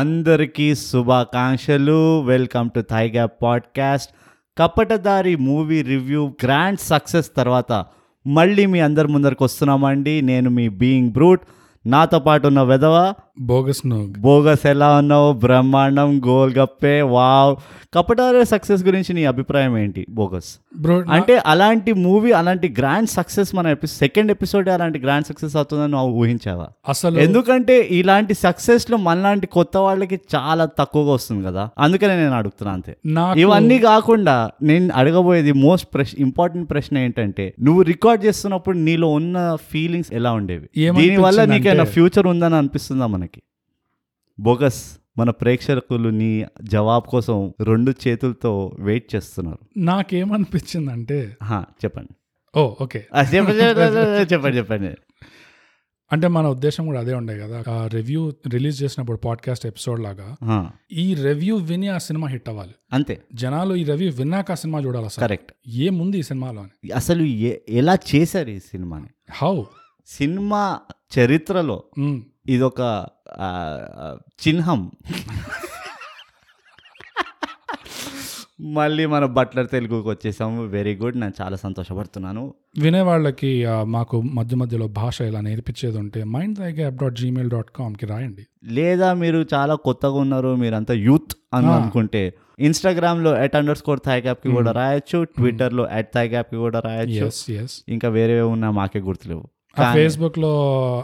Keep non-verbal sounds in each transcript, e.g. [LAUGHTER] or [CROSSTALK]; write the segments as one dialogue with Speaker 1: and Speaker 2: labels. Speaker 1: అందరికీ శుభాకాంక్షలు welcome to థైగా podcast Kapatadhaari movie review grand success తర్వాత మళ్ళీ మీ అందరి ముందరికి వస్తున్నామండి నేను మీ బీయింగ్ బ్రూట్ నాతో పాటు ఉన్న వెధవ
Speaker 2: బోగస్ నోగ్
Speaker 1: బోగస్ ఎలా ఉన్నావు బ్రహ్మాండం గోల్ గప్పే వావ్ కపటదారి సక్సెస్ గురించి నీ అభిప్రాయం ఏంటి బోగస్
Speaker 2: బ్రో నా-
Speaker 1: అంటే అలాంటి మూవీ అలాంటి గ్రాండ్ సక్సెస్ మన ఎపి సెకండ్ ఎపిసోడ్ అలాంటి గ్రాండ్ సక్సెస్ అవుతుందని నువ్వు ఊహించావా
Speaker 2: అసలు
Speaker 1: ఎందుకంటే ఇలాంటి సక్సెస్ లో మనలాంటి కొత్త వాళ్ళకి చాలా తక్కువగా వస్తుంది కదా అందుకనే నేను అడుగుతున్నా అంతే
Speaker 2: నాకు
Speaker 1: ఇవన్నీ కాకుండా నేను అడగబోయేది మోస్ట్ ప్రశ్న ఇంపార్టెంట్ ప్రశ్న ఏంటంటే నువ్వు రికార్డ్ చేస్తున్నప్పుడు నీలో ఉన్న ఫీలింగ్స్ ఎలా ఉండేవి
Speaker 2: ఏమనిపించింది
Speaker 1: దీనివల్ల నీకైనా
Speaker 2: అంటే-
Speaker 1: ఫ్యూచర్ ఉందని అనిపిస్తుందా మనకి బోగస్ మన ప్రేక్షకులు నీ జవాబు కోసం రెండు చేతులతో వెయిట్ చేస్తున్నారు
Speaker 2: నాకేమనిపించింది అంటే
Speaker 1: హా, చెప్పండి
Speaker 2: ఓ ఓకే
Speaker 1: ఆ, చెప్పండి చెప్పండి, చెప్పండి చెప్పండి
Speaker 2: అంటే మన ఉద్దేశం కూడా అదే ఉండే కదా ఆ రివ్యూ రిలీజ్ చేసినప్పుడు పాడ్కాస్ట్ ఎపిసోడ్ లాగా
Speaker 1: హా,
Speaker 2: ఈ రివ్యూ విని ఆ సినిమా హిట్ అవ్వాలి
Speaker 1: అంతే
Speaker 2: జనాలు ఈ రివ్యూ విన్నాక ఆ సినిమా చూడాలి అసలు
Speaker 1: కరెక్ట్
Speaker 2: ఏముంది ఈ సినిమాలో అని
Speaker 1: అసలు ఎ- ఎలా చేశారు ఈ సినిమాని
Speaker 2: హౌ
Speaker 1: సినిమా చరిత్రలో
Speaker 2: మ్,
Speaker 1: ఇదొక ఆ, చిహ్నం మళ్ళీ మన బట్లర్ తెలుగుకి వచ్చేసాము వెరీ గుడ్ నేను చాలా సంతోషపడుతున్నాను
Speaker 2: వినేవాళ్ళకి ఆ, మాకు మధ్య మధ్యలో భాష ఇలా నేర్పించేది ఉంటే మైండ్ దైగా యాప్ డాట్ జీమెయిల్ డాట్ కామ్కి రాయండి
Speaker 1: లేదా మీరు చాలా కొత్తగా ఉన్నారు మీరంతా యూత్ అని
Speaker 2: ఆ.
Speaker 1: అనుకుంటే ఇన్స్టాగ్రామ్లో ఎట్ అండర్ స్కోర్ థాయ్ కి కూడా రాయొచ్చు ట్విట్టర్లో ఎట్ థాయ్ కి కూడా రాయొచ్చు
Speaker 2: ఎస్ ఎస్
Speaker 1: ఇంకా వేరే ఉన్నా మాకే గుర్తులేవు
Speaker 2: ఆ ఫేస్బుక్ లో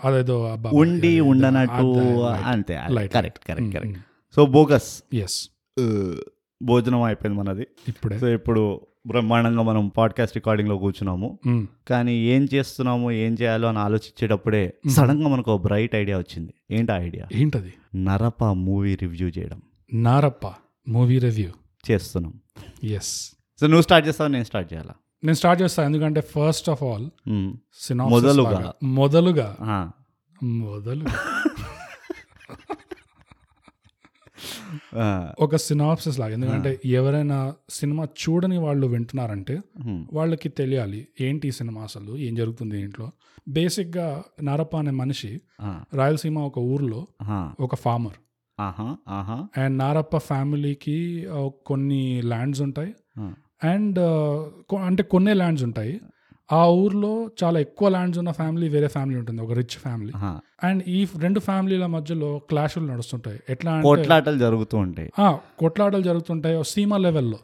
Speaker 2: అదేదో అబ్బా,
Speaker 1: ఉండి
Speaker 2: ఏదో,
Speaker 1: ఉండనట్టు
Speaker 2: అదే, Hmm,
Speaker 1: అంతే
Speaker 2: Light,
Speaker 1: correct correct
Speaker 2: right.
Speaker 1: Correct
Speaker 2: మ్,
Speaker 1: సో బోగస్
Speaker 2: మ్. ఎస్
Speaker 1: భోజనం అయిపోయింది మనది
Speaker 2: ఇప్పుడే
Speaker 1: సో ఇప్పుడు బ్రహ్మాండంగా మనం పాడ్కాస్ట్ రికార్డింగ్లో కూర్చున్నాము
Speaker 2: మ్.
Speaker 1: కానీ ఏం చేస్తున్నాము ఏం చేయాలో అని ఆలోచించేటప్పుడే సడన్గా మనకు ఒక బ్రైట్ ఐడియా వచ్చింది ఏంటి ఐడియా
Speaker 2: ఏంటది
Speaker 1: నరప మూవీ రివ్యూ చేయడం
Speaker 2: నారప్ప మూవీ రివ్యూ
Speaker 1: చేస్తున్నాం
Speaker 2: ఎస్
Speaker 1: సో నువ్వు స్టార్ట్ చేస్తావు నేను స్టార్ట్ చేయాలా
Speaker 2: నేను స్టార్ట్ చేస్తాను ఎందుకంటే ఫస్ట్ ఆఫ్ ఆల్
Speaker 1: మ్మ్.
Speaker 2: సినా
Speaker 1: మొదలుగా.
Speaker 2: మొదలుగా
Speaker 1: ఆ.
Speaker 2: మొదలు
Speaker 1: ఆ.
Speaker 2: ఒక సినాప్సిస్ లాగా ఎందుకంటే ఎవరైనా సినిమా చూడని వాళ్ళు వింటున్నారంటే
Speaker 1: మ్మ్.
Speaker 2: వాళ్ళకి తెలియాలి ఏంటి ఈ సినిమా అసలు ఏం జరుగుతుంది ఇంట్లో బేసిక్గా నారప్ప అనే మనిషి
Speaker 1: ఆ.
Speaker 2: రాయలసీమ ఒక ఊర్లో
Speaker 1: ఆ.
Speaker 2: ఒక ఫార్మర్
Speaker 1: ఆహా ఆహా
Speaker 2: అండ్ నారప్ప ఫ్యామిలీకి ఆ, కొన్ని ల్యాండ్స్ ఉంటాయి
Speaker 1: ఆ.
Speaker 2: అండ్ అంటే కొన్ని ల్యాండ్స్ ఉంటాయి ఆ ఊర్లో చాలా ఎక్కువ ల్యాండ్స్ ఉన్న ఫ్యామిలీ వేరే ఫ్యామిలీ ఉంటుంది ఒక రిచ్ ఫ్యామిలీ
Speaker 1: ఆహా.
Speaker 2: అండ్ ఈ రెండు ఫ్యామిలీల మధ్యలో క్లాషులు నడుస్తుంటాయి ఎట్లా అంటే
Speaker 1: కొట్లాటలు జరుగుతూ ఉంటాయి
Speaker 2: ఆ, కొట్లాటలు జరుగుతుంటాయి ఓ సీమ లెవెల్లో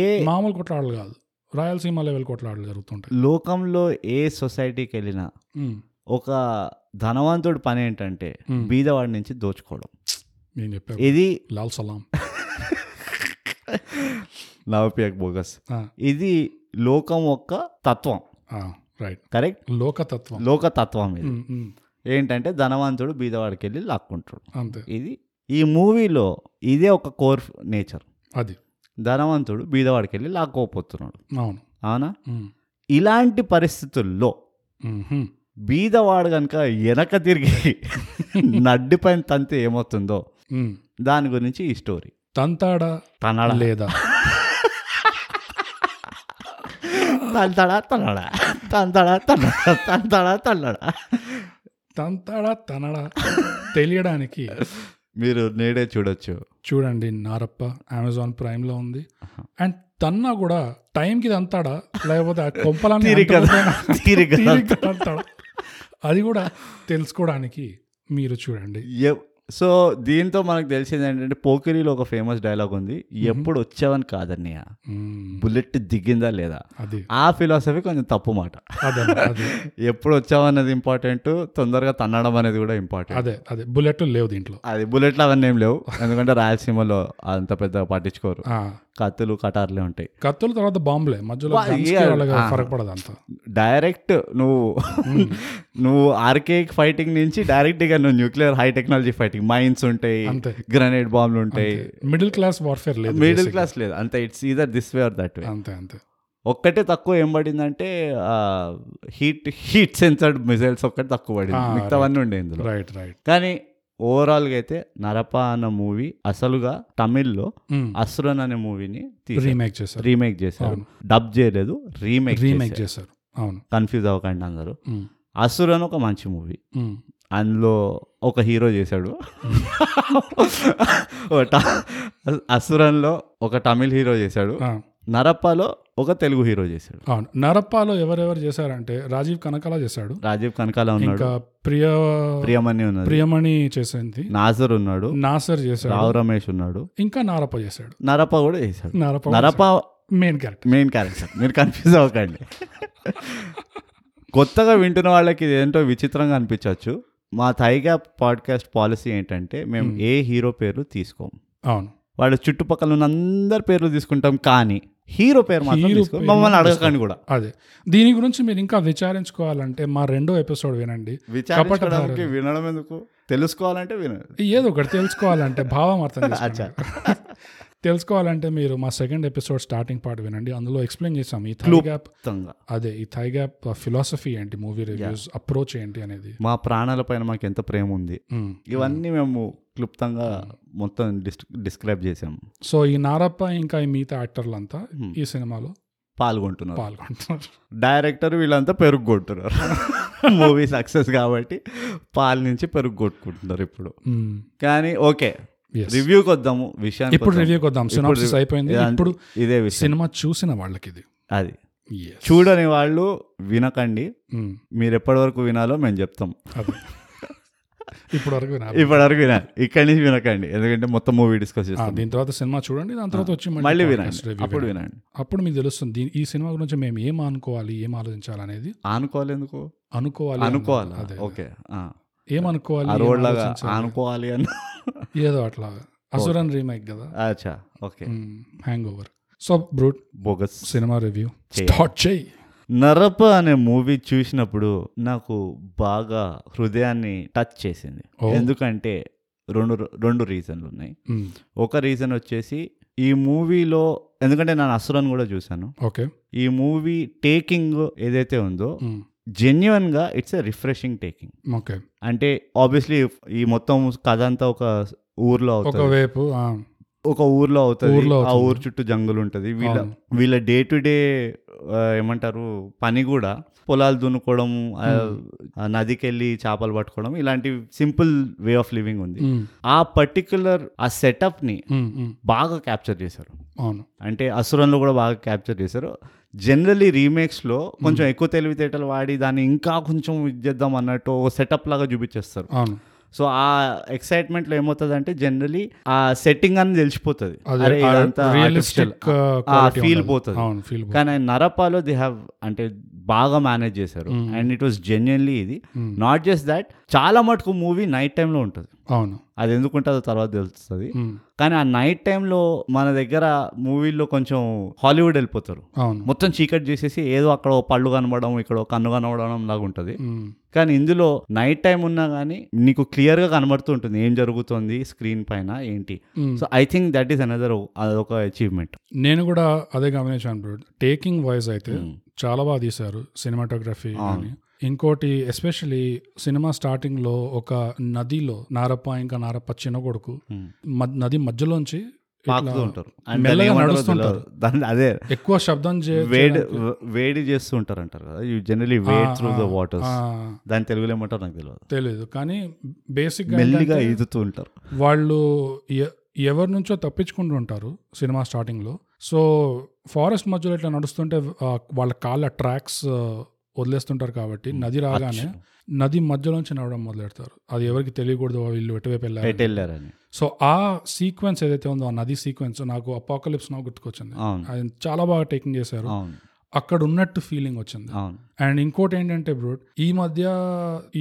Speaker 1: ఏ
Speaker 2: మామూలు కొట్లాటలు కాదు రాయలసీమ లెవెల్ కొట్లాటలు జరుగుతుంటాయి
Speaker 1: లోకంలో ఏ సొసైటీకి వెళ్ళినా
Speaker 2: ఉమ్,
Speaker 1: ఒక ధనవంతుడి పని ఏంటంటే
Speaker 2: మ్మ్.
Speaker 1: బీదవాడి నుంచి దోచుకోవడం
Speaker 2: నేను చెప్పాను
Speaker 1: ఇది
Speaker 2: లాల్ సలాం
Speaker 1: నవపియక్ బోగస్ ఇది లోకం యొక్క తత్వం
Speaker 2: రైట్
Speaker 1: కరెక్ట్
Speaker 2: లోకతత్వం
Speaker 1: లోక తత్వం ఇది
Speaker 2: ఉమ్, ఉమ్,
Speaker 1: ఏంటంటే ధనవంతుడు బీదవాడికి వెళ్ళి లాక్కుంటాడు
Speaker 2: అంతే
Speaker 1: ఇది ఈ మూవీలో ఇదే ఒక కోర్ నేచర్
Speaker 2: అది
Speaker 1: ధనవంతుడు బీదవాడికి వెళ్ళి లాక్కోపోతున్నాడు
Speaker 2: అవును
Speaker 1: అవునా
Speaker 2: ఉమ్,
Speaker 1: ఇలాంటి పరిస్థితుల్లో
Speaker 2: ఉమ్, ఉమ్,
Speaker 1: బీదవాడు కనుక వెనక తిరిగి
Speaker 2: [LAUGHS]
Speaker 1: నడ్డి పైన తంతే ఏమవుతుందో
Speaker 2: ఉమ్.
Speaker 1: దాని గురించి ఈ స్టోరీ
Speaker 2: తంతాడా
Speaker 1: తనడా
Speaker 2: లేదా
Speaker 1: తంతడా తనడా తంతడా తనడా తంతడా తనడా
Speaker 2: తంతాడా తనడా తెలియడానికి
Speaker 1: మీరు నేడే చూడొచ్చు
Speaker 2: చూడండి నారప్ప అమెజాన్ ప్రైమ్ లో ఉంది అండ్ తన్నా కూడా టైంకి తంతాడా లేకపోతే ఆ కొంపలాన్ని
Speaker 1: తీరిక
Speaker 2: అంటుకుంటేనా?
Speaker 1: తీరిక
Speaker 2: తీరిక తంతాడా అది కూడా తెలుసుకోవడానికి మీరు చూడండి
Speaker 1: ఎవ్- సో దీంతో మనకు తెలిసింది ఏంటంటే పోకిరిలో ఒక ఫేమస్ డైలాగ్ ఉంది ఎప్పుడు వచ్చావని కాదన్నయ్య
Speaker 2: మ్మ్.
Speaker 1: బుల్లెట్ దిగిందా లేదా
Speaker 2: అది
Speaker 1: ఆ ఫిలాసఫీ కొంచెం తప్పు మాట
Speaker 2: అదే అదే
Speaker 1: ఎప్పుడు వచ్చావన్నది ఇంపార్టెంట్ తొందరగా తన్నడం అనేది కూడా ఇంపార్టెంట్
Speaker 2: అదే అదే బుల్లెట్ లేవు దీంట్లో
Speaker 1: అది బుల్లెట్లు అవన్నీ ఏం లేవు ఎందుకంటే రాయలసీమలో అంత పెద్ద పట్టించుకోరు
Speaker 2: ఆ,
Speaker 1: కత్తులు కటార్లే ఉంటాయి
Speaker 2: కత్తుల తర్వాత బాంబులే మధ్యలో
Speaker 1: వా-
Speaker 2: guns కి
Speaker 1: yeah.
Speaker 2: వాళ్ళకి
Speaker 1: ఆ.
Speaker 2: ఫరక్ పడదు అంత
Speaker 1: డైరెక్ట్ నువ్వు
Speaker 2: Hmm.
Speaker 1: నువ్వు ఆర్కే ఫైటింగ్ నుంచి డైరెక్ట్ ఇక నువ్వు nuclear high technology fighting mines ఉంటాయి
Speaker 2: అంతే
Speaker 1: గ్రనేడ్ బాంబులు ఉంటాయి
Speaker 2: మిడిల్ క్లాస్ వార్ఫేర్ లేదు Ah.
Speaker 1: Middle
Speaker 2: basically.
Speaker 1: క్లాస్ లేదు అంతే it's either this way or that way
Speaker 2: అంతే అంతే
Speaker 1: ఒక్కటే తక్కువ ఏం పడిందంటే హీట్ హీట్ సెన్సర్డ్ మిసైల్స్ ఒక్కటి తక్కువ పడింది
Speaker 2: Ah,
Speaker 1: మిగతావన్నీ ఉండే ఇందులో
Speaker 2: రైట్ రైట్
Speaker 1: కానీ ఓవరాల్గా అయితే నరప అన్న మూవీ అసలుగా తమిళ్లో అసురన్ అనే మూవీని
Speaker 2: రీమేక్ చేశారు
Speaker 1: రీమేక్ చేశారు
Speaker 2: అవును.
Speaker 1: డబ్ చేయలేదు రీమేక్
Speaker 2: రీమేక్ చేశారు అవును
Speaker 1: కన్ఫ్యూజ్ అవ్వకండి అందరూ
Speaker 2: ఉమ్,
Speaker 1: అసురన్ ఒక మంచి మూవీ
Speaker 2: ఉమ్,
Speaker 1: అందులో ఒక హీరో చేశాడు ఒక ట- అసురంలో ఒక తమిళ్ హీరో చేశాడు
Speaker 2: ఆ,
Speaker 1: నరప్పలో ఒక తెలుగు హీరో చేశాడు
Speaker 2: అవును నరప్పాలో ఎవరెవరు చేశారంటే రాజీవ్ కనకాల చేశాడు
Speaker 1: రాజీవ్ కనకాల ఉన్నాడు
Speaker 2: ఇంకా ప్రియ
Speaker 1: ప్రియమణి ఉన్నాడు
Speaker 2: ప్రియమణి చేసింది
Speaker 1: నాజర్ ఉన్నాడు
Speaker 2: నాసర్ చేశాడు
Speaker 1: రావు రమేష్ ఉన్నాడు
Speaker 2: ఇంకా నారప్ప చేశాడు
Speaker 1: నరప కూడా చేశాడు
Speaker 2: Narappa
Speaker 1: Narappa
Speaker 2: main character
Speaker 1: main character మీరు కన్ఫ్యూజ్ అవ్వకండి కొత్తగా వింటున్న వాళ్ళకి ఇదేంటో విచిత్రంగా అనిపించవచ్చు మా థైగా పాడ్కాస్ట్ పాలసీ ఏంటంటే మేము
Speaker 2: Hmm.
Speaker 1: ఏ హీరో పేరు తీసుకోం
Speaker 2: అవును
Speaker 1: వాళ్ళ చుట్టుపక్కల ఉన్న అందరి పేర్లు తీసుకుంటాం కానీ హీరో పేరు మాత్రం
Speaker 2: హీరో
Speaker 1: తీసుకోం.
Speaker 2: పేరు
Speaker 1: మమ్మల్ని
Speaker 2: మాత్రం
Speaker 1: అడగకండి కూడా
Speaker 2: అదే దీని గురించి మీరు ఇంకా విచారించుకోవాలంటే మా రెండో ఎపిసోడ్ వినండి
Speaker 1: విచారించడానికి
Speaker 2: కపటధారులు.
Speaker 1: వినడం ఎందుకు తెలుసుకోవాలంటే వినండి
Speaker 2: ఏదో ఒకటి తెలుసుకోవాలంటే భావం అర్థం
Speaker 1: [LAUGHS] అచ్చా.
Speaker 2: చేసుకోండి. [LAUGHS] తెలుసుకోవాలంటే మీరు మా సెకండ్ ఎపిసోడ్ స్టార్టింగ్ పార్ట్ వినండి అందులో ఎక్స్ప్లెయిన్ చేసాం ఈ థై
Speaker 1: Clue.
Speaker 2: గ్యాప్
Speaker 1: మొత్తంగా
Speaker 2: అదే ఈ థై గ్యాప్ ఫిలాసఫీ ఏంటి మూవీ రివ్యూస్ అప్రోచ్ ఏంటి అనేది
Speaker 1: మా ప్రాణాల పైన మాకు ఎంత ప్రేమ ఉంది
Speaker 2: మ్మ్.
Speaker 1: ఇవన్నీ మేము క్లుప్తంగా మొత్తం డిస్ డిస్క్రైబ్ చేసాము
Speaker 2: సో ఈ నారప్ప ఇంకా ఈ మిగతా యాక్టర్లంతా
Speaker 1: మ్మ్.
Speaker 2: ఈ సినిమాలో
Speaker 1: పాల్గొంటున్నారు
Speaker 2: పాల్గొంటున్నారు
Speaker 1: డైరెక్టర్ వీళ్ళంతా పెరుగు
Speaker 2: [LAUGHS]
Speaker 1: కొట్టున్నారు మూవీ సక్సెస్ కాబట్టి పాల నుంచి పెరుగు కొట్టుకుంటున్నారు ఇప్పుడు
Speaker 2: మ్మ్.
Speaker 1: కానీ ఓకే
Speaker 2: Hmm. Yes.
Speaker 1: రివ్యూకి వద్దాము విషయానికి
Speaker 2: ఇప్పుడు
Speaker 1: వద్దాం.
Speaker 2: రివ్యూకి వద్దాం సినాప్సిస్
Speaker 1: review-
Speaker 2: అయిపోయింది
Speaker 1: ఇదంతా-
Speaker 2: ఇప్పుడు
Speaker 1: ఇదే విషయం
Speaker 2: సినిమా చూసిన వాళ్ళకి ఇది
Speaker 1: అది
Speaker 2: Yes. Hmm.
Speaker 1: చూడని వాళ్ళు వినకండి
Speaker 2: మ్మ్.
Speaker 1: మీరు ఎప్పటి వరకు వినాలో మేము చెప్తాం
Speaker 2: అదే ఇప్పుడు వరకు వినాలి.
Speaker 1: ఇప్పటి వరకు వినాలి ఇక్కడి నుంచి వినకండి ఎందుకంటే మొత్తం మూవీ డిస్కస్
Speaker 2: ఆ,
Speaker 1: చేస్తాం
Speaker 2: Ah, దీని తర్వాత సినిమా చూడండి దాని తర్వాత వచ్చి
Speaker 1: Ah. మళ్ళీ
Speaker 2: podcast
Speaker 1: వినండి
Speaker 2: review
Speaker 1: అప్పుడు
Speaker 2: వినండి.
Speaker 1: వినండి
Speaker 2: అప్పుడు మీకు తెలుస్తుంది దీని- ఈ సినిమా గురించి మేము ఏం అనుకోవాలి ఏం ఆలోచించాలి అనేది
Speaker 1: ఆనుకోవాలి ఎందుకు
Speaker 2: అనుకోవాలి
Speaker 1: అనుకోవాలా
Speaker 2: అదే
Speaker 1: ఓకే ఆ.
Speaker 2: ఏం అనుకోవాలి
Speaker 1: ఆ
Speaker 2: ఏం
Speaker 1: రోడ్ లాగా
Speaker 2: ఆలోచించాలి?
Speaker 1: ఆనుకోవాలి అన్న [LAUGHS]
Speaker 2: ఏదో అట్లా అసురన్ రీమేక్ కదా Hmm.
Speaker 1: అచ్చా okay
Speaker 2: hang over so brute
Speaker 1: bogus
Speaker 2: cinema review
Speaker 1: చేయి.
Speaker 2: స్టార్ట్ చేయి
Speaker 1: నరప అనే మూవీ చూసినప్పుడు నాకు బాగా హృదయాన్ని టచ్ చేసింది
Speaker 2: ఓ.
Speaker 1: ఎందుకంటే రెండు రెండు రీజన్లు ఉన్నాయి
Speaker 2: మ్మ్.
Speaker 1: ఒక రీజన్ వచ్చేసి ఈ మూవీలో ఎందుకంటే నేను అసురన్ కూడా చూశాను
Speaker 2: ఓకే
Speaker 1: ఈ మూవీ టేకింగ్ ఏదైతే ఉందో
Speaker 2: మ్మ్.
Speaker 1: జెన్యున్గా it's a refreshing taking
Speaker 2: okay
Speaker 1: అంటే ఆబ్వియస్లీ ఈ మొత్తం కథ అంతా ఒక ఊర్లో అవుతుంది
Speaker 2: ఒకవైపు ఆ,
Speaker 1: ఒక ఊర్లో అవుతుంది
Speaker 2: ఊర్లో
Speaker 1: ఆ
Speaker 2: అవుతుంది.
Speaker 1: ఊరు చుట్టూ జంగులు ఉంటుంది వీళ్ళ
Speaker 2: అవును.
Speaker 1: వీళ్ళ డే టు డే ఏమంటారు పని కూడా పొలాలు దున్నుకోవడం ఆ, ఆ నదికి వెళ్ళి చేపలు పట్టుకోవడం ఇలాంటి సింపుల్ వే ఆఫ్ లివింగ్ ఉంది
Speaker 2: మ్మ్.
Speaker 1: ఆ పర్టికులర్ ఆ setup ని
Speaker 2: మ్మ్. మ్మ్.
Speaker 1: బాగా క్యాప్చర్ చేశారు
Speaker 2: అవును
Speaker 1: అంటే అసురంలో కూడా బాగా క్యాప్చర్ చేశారు జనరలీ లో కొంచెం ఎక్కువ తెలివితేటలు వాడి దాన్ని ఇంకా కొంచెం ఇది చేద్దాం అన్నట్టు సెటప్ లాగా చూపించేస్తారు
Speaker 2: అవును
Speaker 1: సో ఆ ఎక్సైట్మెంట్ లో ఏమవుతుంది అంటే జనరలీ ఆ సెట్టింగ్ అని తెలిసిపోతుంది
Speaker 2: అదే
Speaker 1: అరే ఇదంతా artificial.
Speaker 2: రియలిస్టిక్
Speaker 1: ఆ ఫీల్ పోతుంది
Speaker 2: uh, అవును ఫీల్
Speaker 1: కానీ నరపాలో దే హ్యావ్ అంటే బాగా మేనేజ్ చేశారు అండ్ ఇట్ వాస్ జెన్యున్లీ ఇది
Speaker 2: Mm.
Speaker 1: నాట్ జస్ట్ దాట్ చాలా మటుకు మూవీ నైట్ టైంలో ఉంటుంది
Speaker 2: అవును
Speaker 1: అది ఎందుకు ఉంటుందో తర్వాత తెలుస్తుంది
Speaker 2: మ్మ్.
Speaker 1: కానీ ఆ నైట్ టైంలో మన దగ్గర మూవీల్లో కొంచెం హాలీవుడ్ వెళ్ళిపోతారు
Speaker 2: అవును
Speaker 1: మొత్తం చీకటి చేసేసి ఏదో అక్కడ ఓ పళ్ళు కనబడడం ఇక్కడ ఓ కన్ను కనబడడం లాగా ఉంటుంది
Speaker 2: మ్మ్.
Speaker 1: కానీ ఇందులో నైట్ టైం ఉన్నా కానీ నీకు క్లియర్గా కనబడుతూ ఉంటుంది ఏం జరుగుతుంది స్క్రీన్ పైన ఏంటి
Speaker 2: మ్మ్.
Speaker 1: So I think that is another అదొక అచీవ్మెంట్
Speaker 2: నేను కూడా అదే గమనించాను బ్రో టేకింగ్ వైజ్ అయితే చాలా బాగా తీశారు సినిమాటోగ్రఫీ కానీ ఇంకోటి ఎస్పెషలీ సినిమా స్టార్టింగ్ లో ఒక నదిలో నారప్ప ఇంకా నారప్ప చిన్న కొడుకు మ- నది మధ్యలోంచి Hmm. ఇట్లా
Speaker 1: పాకుతూ ఉంటారు And
Speaker 2: మెల్లగా
Speaker 1: దాన్ని ఏమంటారో
Speaker 2: నడుస్తుంటారు.
Speaker 1: తెలియదు. దాన్ని అదే
Speaker 2: ఎక్కువ శబ్దం చే-
Speaker 1: వేడి
Speaker 2: చేయడానికి-
Speaker 1: వేడి చేస్తూ ఉంటారు అంటారు కదా యూ జనరలీ వేడ్
Speaker 2: ఆ,
Speaker 1: త్రూ ద
Speaker 2: ఆ,
Speaker 1: వాటర్స్
Speaker 2: ఆ,
Speaker 1: దాని తెలుగులో ఏమంటారు నాకు తెలియదు
Speaker 2: తెలీదు కానీ బేసిక్
Speaker 1: మెల్లిగా ఈదుతూ ఉంటారు
Speaker 2: వాళ్ళు ఎ- ఎవరి నుంచో తప్పించుకుంటూ ఉంటారు సినిమా స్టార్టింగ్ లో సో ఫారెస్ట్ మధ్యలో ఇట్లా నడుస్తుంటే ఆ, వాళ్ళ కాళ్ళ ట్రాక్స్ వదిలేస్తుంటారు కాబట్టి నది రాగానే నది మధ్యలోంచి నడవడం మొదలెడతారు అది ఎవరికి తెలియకూడదు వీళ్ళు ఎటువైపు వెళ్ళారు
Speaker 1: ఎటు వెళ్ళారని
Speaker 2: సో ఆ సీక్వెన్స్ ఏదైతే ఉందో ఆ నది సీక్వెన్స్ నాకు అపాకలిప్స్ నాకు గుర్తుకొచ్చింది
Speaker 1: అవును
Speaker 2: అది చాలా బాగా టేకింగ్ చేశారు
Speaker 1: అవును
Speaker 2: అక్కడ ఉన్నట్టు ఫీలింగ్ వచ్చింది
Speaker 1: అవును
Speaker 2: అండ్ ఇంకోటి ఏంటంటే బ్రూట్ ఈ మధ్య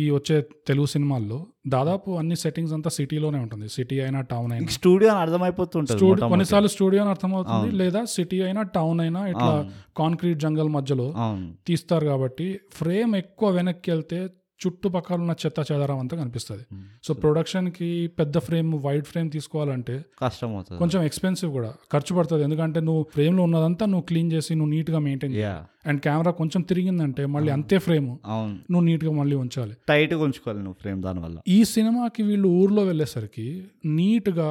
Speaker 2: ఈ వచ్చే తెలుగు సినిమాల్లో దాదాపు అన్ని సెట్టింగ్స్ అంతా సిటీలోనే ఉంటుంది సిటీ అయినా టౌన్ అయినా
Speaker 1: స్టూడియో అని అర్థమైపోతుంటుంది
Speaker 2: స్టూడియో
Speaker 1: మొట్టమొదటి.
Speaker 2: కొన్నిసార్లు స్టూడియో అని అర్థమవుతుంది లేదా సిటీ అయినా టౌన్ అయినా ఇట్లా
Speaker 1: అవును.
Speaker 2: కాంక్రీట్ జంగల్ మధ్యలో
Speaker 1: అవును
Speaker 2: తీస్తారు కాబట్టి ఫ్రేమ్ ఎక్కువ వెనక్కి వెళ్తే చుట్టుపక్కల ఉన్న చెత్త చెదారం అంతా కనిపిస్తుంది
Speaker 1: Hmm.
Speaker 2: సో ప్రొడక్షన్ కి పెద్ద ఫ్రేమ్ వైడ్ ఫ్రేమ్ తీసుకోవాలంటే
Speaker 1: కష్టం అవుతుంది
Speaker 2: కొంచెం ఎక్స్పెన్సివ్ కూడా ఖర్చు పడుతుంది ఎందుకంటే నువ్వు ఫ్రేమ్ లో ఉన్నదంతా నువ్వు క్లీన్ చేసి నువ్వు నీట్ గా మెయింటైన్
Speaker 1: యా
Speaker 2: అండ్ కెమెరా కొంచెం తిరిగిందంటే మళ్ళీ అంతే ఫ్రేమ్
Speaker 1: అవును
Speaker 2: నువ్వు నీట్గా మళ్ళీ ఉంచాలి
Speaker 1: టైట్గా ఉంచుకోవాలి నువ్వు ఫ్రేమ్ దానివల్ల
Speaker 2: ఈ సినిమాకి వీళ్ళు ఊర్లో వెళ్ళేసరికి నీట్గా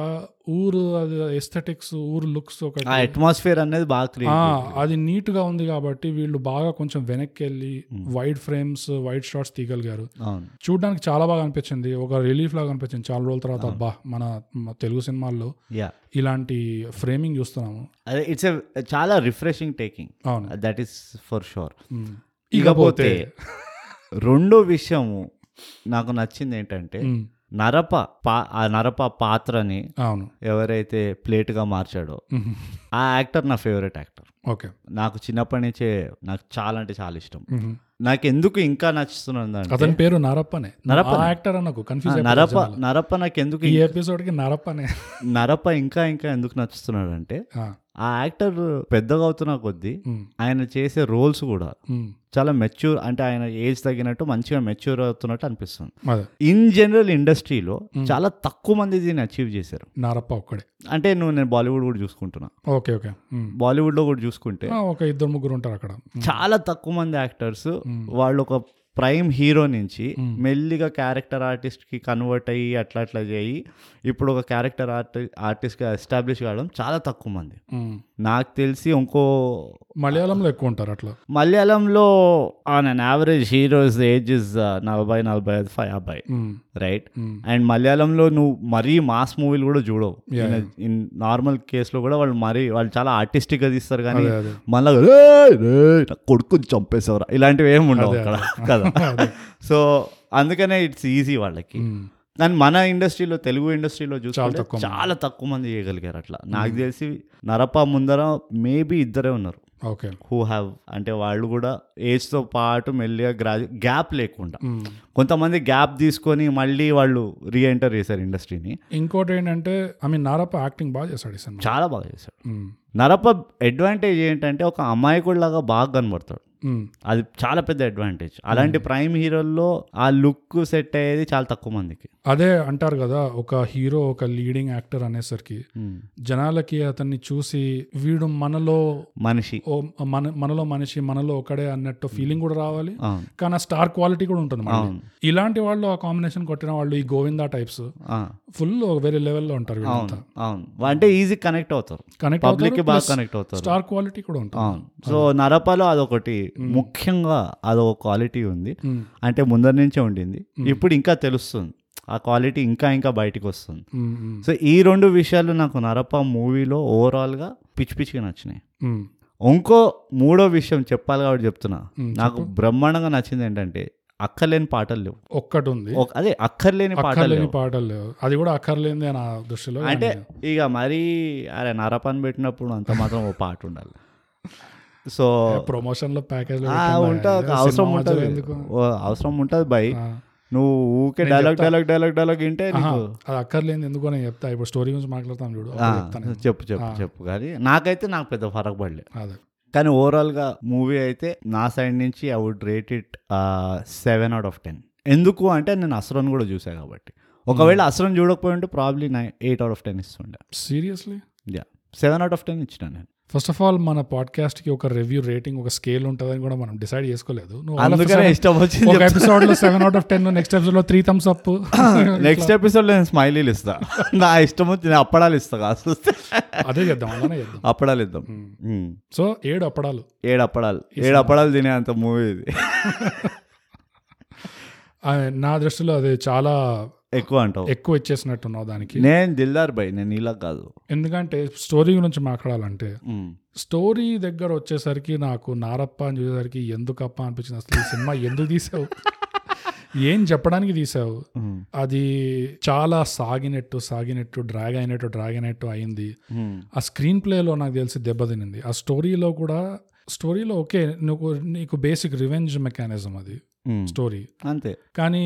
Speaker 2: ఊరు అది ఎస్థెటిక్స్ ఊరు లుక్స్ ఒకటి
Speaker 1: ఆ అట్మాస్ఫియర్ అనేది బాగా
Speaker 2: ఆ,
Speaker 1: క్రియేట్
Speaker 2: అది నీట్ గా ఉంది కాబట్టి వీళ్ళు బాగా కొంచెం వెనక్కి వెళ్ళి వైడ్ ఫ్రేమ్స్ వైడ్ షాట్స్ తీయగలిగారు
Speaker 1: అవును
Speaker 2: చూడడానికి చాలా బాగా అనిపించింది ఒక రిలీఫ్ లాగా అనిపించింది చాలా రోజుల తర్వాత అబ్బా మన మన తెలుగు సినిమాల్లో
Speaker 1: యా
Speaker 2: ఇలాంటి ఫ్రేమింగ్ చూస్తున్నాము
Speaker 1: అదే ఇట్స్ చాలా రిఫ్రెషింగ్ టేకింగ్
Speaker 2: అవును
Speaker 1: that is for sure
Speaker 2: um.
Speaker 1: ఇకపోతే రెండో విషయము నాకు నచ్చింది ఏంటంటే
Speaker 2: ఉమ్.
Speaker 1: నరప పా ఆ నరప పాత్రని
Speaker 2: అవును
Speaker 1: ఎవరైతే ప్లేట్గా మార్చాడో
Speaker 2: ఉహు.
Speaker 1: ఆ యాక్టర్ నా ఫేవరెట్ యాక్టర్
Speaker 2: ఓకే
Speaker 1: నాకు చిన్నప్పటి నుంచే నాకు చాలా అంటే చాలా ఇష్టం
Speaker 2: ఉహు.
Speaker 1: నాకు ఎందుకు ఇంకా నచ్చుతున్నది అంటే
Speaker 2: అతని పేరు నరప్పనే
Speaker 1: నరప్పనే.
Speaker 2: ఆ యాక్టర్ అనకు కన్ఫ్యూజ్
Speaker 1: నరప నరప నాకు ఎందుకు
Speaker 2: ఈ ఎపిసోడ్ కి నరప్పనే
Speaker 1: నరప ఇంకా ఇంకా ఎందుకు నచ్చుతున్నాడు అంటే
Speaker 2: ఆ,
Speaker 1: ఆ యాక్టర్ పెద్దగా అవుతున్న కొద్దీ
Speaker 2: ఉమ్.
Speaker 1: ఆయన చేసే రోల్స్ కూడా
Speaker 2: ఉమ్.
Speaker 1: చాలా మెచ్యూర్ అంటే ఆయన ఏజ్ తగ్గినట్టు మంచిగా మెచ్యూర్ అవుతున్నట్టు అనిపిస్తుంది
Speaker 2: అదే
Speaker 1: ఇన్ జనరల్ ఇండస్ట్రీలో చాలా తక్కువ మంది దీన్ని అచీవ్ చేశారు
Speaker 2: నరప్ప ఒక్కడే
Speaker 1: అంటే నువ్వు నేను బాలీవుడ్ కూడా చూసుకుంటున్నా
Speaker 2: ఓకే ఓకే ఉమ్.
Speaker 1: బాలీవుడ్లో కూడా చూసుకుంటే
Speaker 2: ఆ, ఒక ఇద్దరు ముగ్గురు ఉంటారు అక్కడ ఉమ్.
Speaker 1: చాలా తక్కువ మంది యాక్టర్స్ వాళ్ళు ఒక ప్రైమ్ హీరో నుంచి మెల్లిగా క్యారెక్టర్ ఆర్టిస్ట్కి కన్వర్ట్ అయ్యి అట్లా అట్లా చేయి ఇప్పుడు ఒక క్యారెక్టర్ ఆర్టి ఆర్టిస్ట్గా ఎస్టాబ్లిష్ కావడం చాలా తక్కువ మంది
Speaker 2: ఉమ్.
Speaker 1: నాకు తెలిసి ఇంకో
Speaker 2: మలయాళంలో ఎక్కువ ఉంటారు అట్లా
Speaker 1: మలయాళంలో on an average heroes age is uh, నలభై నలభై ఐదు ఫై యాభై
Speaker 2: ఉమ్.
Speaker 1: రైట్
Speaker 2: ఉమ్.
Speaker 1: అండ్ మలయాళంలో నువ్వు మరీ మాస్ మూవీలు కూడా చూడవు ఇన్ నార్మల్ కేసులో కూడా వాళ్ళు మరీ వాళ్ళు చాలా ఆర్టిస్టిక్గా తీస్తారు కానీ
Speaker 2: అదే, అదే.
Speaker 1: మళ్ళా "రే, రే, నా కొడుకుని చంపేసేవరా ఇలాంటివి ఏమి ఉండవు అక్కడ
Speaker 2: [LAUGHS]
Speaker 1: కదా సో అందుకనే ఇట్స్ ఈజీ వాళ్ళకి
Speaker 2: ఉమ్.
Speaker 1: కానీ మన ఇండస్ట్రీలో తెలుగు ఇండస్ట్రీలో చూసుకుంటే
Speaker 2: తక్కువ
Speaker 1: చాలా తక్కువ మంది Hmm. చేయగలిగారు అట్లా నాకు తెలిసి నరప ముందర మేబీ ఇద్దరే ఉన్నారు
Speaker 2: ఓకే
Speaker 1: హూ హ్యావ్ అంటే వాళ్ళు కూడా ఏజ్తో పాటు మెల్లిగా గ్రాజు గ్యాప్ లేకుండా
Speaker 2: ఉమ్.
Speaker 1: కొంతమంది గ్యాప్ తీసుకొని మళ్ళీ వాళ్ళు రీఎంటర్ చేశారు ఇండస్ట్రీని
Speaker 2: ఇంకోటి ఏంటంటే ఐ మీన్ నారప్ప యాక్టింగ్ బాగా చేశాడు ఈ సినిమా
Speaker 1: చాలా బాగా చేశాడు
Speaker 2: ఉమ్.
Speaker 1: నరప అడ్వాంటేజ్ ఏంటంటే ఒక అమాయకుడిలాగా బాగా కనబడతాడు
Speaker 2: ఉమ్.
Speaker 1: అది చాలా పెద్ద అడ్వాంటేజ్ అలాంటి ప్రైమ్ హీరోల్లో ఆ లుక్ సెట్ అయ్యేది చాలా తక్కువ మందికి
Speaker 2: అదే అంటారు కదా ఒక హీరో ఒక లీడింగ్ యాక్టర్ అనేసరికి జనాలకి అతన్ని చూసి వీడు మనలో
Speaker 1: మనిషి
Speaker 2: ఓ మన మనలో మనిషి మనలో ఒకడే అన్నట్టు ఫీలింగ్ కూడా రావాలి
Speaker 1: అవును
Speaker 2: కానీ ఆ స్టార్ క్వాలిటీ కూడా ఉంటుంది మళ్ళీ.
Speaker 1: అవును.
Speaker 2: ఇలాంటి వాళ్ళు ఆ కాంబినేషన్ కొట్టిన వాళ్ళు ఈ గోవిందా టైప్స్
Speaker 1: ఆ,
Speaker 2: ఫుల్ వేరే లెవెల్లో ఉంటారు
Speaker 1: అవును
Speaker 2: వీళ్ళంతా
Speaker 1: అవును అంటే ఈజీ కనెక్ట్ అవుతారు
Speaker 2: కనెక్ట్
Speaker 1: పబ్లిక్ కి బాగా కనెక్ట్ అవుతారు
Speaker 2: స్టార్ క్వాలిటీ కూడా ఉంటుంది
Speaker 1: అవును సో నరపలో అదొకటి ముఖ్యంగా అదొక క్వాలిటీ ఉంది
Speaker 2: ఉమ్.
Speaker 1: అంటే ముందర నుంచే ఉండింది ఇప్పుడు ఇంకా తెలుస్తుంది ఆ క్వాలిటీ ఇంకా ఇంకా బయటికి వస్తుంది
Speaker 2: ఉమ్, ఉమ్,
Speaker 1: సో ఈ రెండు విషయాలు నాకు నరప మూవీలో ఓవరాల్గా పిచ్చి పిచ్చిగా నచ్చినాయి
Speaker 2: ఉమ్,
Speaker 1: ఇంకో మూడో విషయం చెప్పాలి కాబట్టి చెప్తున్నా
Speaker 2: ఉమ్.
Speaker 1: నాకు బ్రహ్మాండంగా నచ్చింది ఏంటంటే అక్కర్లేని పాటలు లేవు
Speaker 2: ఒక్కటి ఉంది
Speaker 1: ఒక- అదే అక్కర్లేని పాటలు
Speaker 2: అక్కర్లేని
Speaker 1: లేవు
Speaker 2: పాటలు లేవు అది కూడా అక్కర్లేనిదే నా దృష్టిలో
Speaker 1: అంటే ఇక మరీ అరే నరపని పెట్టినప్పుడు అంత మాత్రం ఓ పాట
Speaker 2: [LAUGHS]
Speaker 1: ఉండాలి సో
Speaker 2: ప్రమోషన్ లో ప్యాకేజ్
Speaker 1: ఆ, ఉంటుంది అవసరం ఉంటుంది ఓ, అవసరం ఉంటుంది బై నువ్వు ఊకే డైలాగ్ డైలాగ్ డైలాగ్ డైలాగ్ వింటే నీకు
Speaker 2: అది అక్కర్లేదు ఎందుకు నేను చెప్తా ఇప్పుడు స్టోరీ గురించి మాట్లాడతాం చూడు అప్పుడు చెప్తాను నేను.
Speaker 1: చెప్పు చెప్పు చెప్పు కానీ నాకైతే నాకు పెద్ద ఫరక్ పడలేదు
Speaker 2: అదే
Speaker 1: కానీ ఓవరాల్గా మూవీ అయితే నా సైడ్ నుంచి I would rate it seven out of ten ఎందుకు అంటే నేను అసురన్ కూడా చూసా కాబట్టి
Speaker 2: Hmm.
Speaker 1: ఒకవేళ అసురన్ చూడకపోయి ఉంటే probably nine eight out of ten ఇస్తుండే
Speaker 2: seriously
Speaker 1: yeah seven out of ten ఇచ్చిన నేను
Speaker 2: ఫస్ట్ ఆఫ్ ఆల్ మన పాడ్కాస్ట్ కి ఒక రివ్యూ రేటింగ్ ఒక స్కేల్ ఉంటుందని కూడా మనం డిసైడ్ చేసుకోలేదు నువ్వు all of a
Speaker 1: అందుకనే
Speaker 2: sudden
Speaker 1: ఇష్టం వచ్చింది
Speaker 2: ఒక ఎపిసోడ్ లో seven out of ten next episode లో three thumbs
Speaker 1: [CLEARS THROAT]
Speaker 2: up [LAUGHS]
Speaker 1: next episode నేను స్మైలీలు ఇస్తా నా ఇష్టం వచ్చి నేను అప్పడాలు ఇస్తా కాస్త వస్తే.
Speaker 2: అదే చేద్దాం అలానే చేద్దాం
Speaker 1: [LAUGHS] అప్పడాలు ఇద్దాం
Speaker 2: Hmm.
Speaker 1: మ్మ్.
Speaker 2: సో ఏడు అప్పడాలు
Speaker 1: ఏడు అప్పడాలు ఏడు అప్పడాలు తినేంత మూవీ ఇది
Speaker 2: ఆ, నా దృష్టిలో అది చాలా
Speaker 1: ఎక్కువ అంటావు
Speaker 2: [LAUGHS] ఎక్కువ ఇచ్చేసినట్టున్నావు దానికి
Speaker 1: నేను దిల్దార్ బై నేను ఇలా కాదు
Speaker 2: ఎందుకంటే స్టోరీ గురించి మాట్లాడాలంటే
Speaker 1: మ్మ్.
Speaker 2: స్టోరీ దగ్గర వచ్చేసరికి నాకు నారప్ప అని చూసేసరికి ఎందుకప్ప అనిపించింది అసలు ఈ సినిమా ఎందుకు
Speaker 1: [LAUGHS]
Speaker 2: తీసావు ఏం చెప్పడానికి తీసావు
Speaker 1: మ్మ్.
Speaker 2: అది చాలా సాగినట్టు సాగినట్టు డ్రాగ్ అయినట్టు డ్రాగ్ అయినట్టు అయింది
Speaker 1: మ్మ్.
Speaker 2: ఆ స్క్రీన్ ప్లేలో నాకు తెలిసి దెబ్బతినింది ఆ స్టోరీలో కూడా స్టోరీలో ఓకే నువ్వు నీకు బేసిక్ రివెంజ్ మెకానిజం అది
Speaker 1: మ్మ్.
Speaker 2: Story
Speaker 1: Hmm. అంతే
Speaker 2: కానీ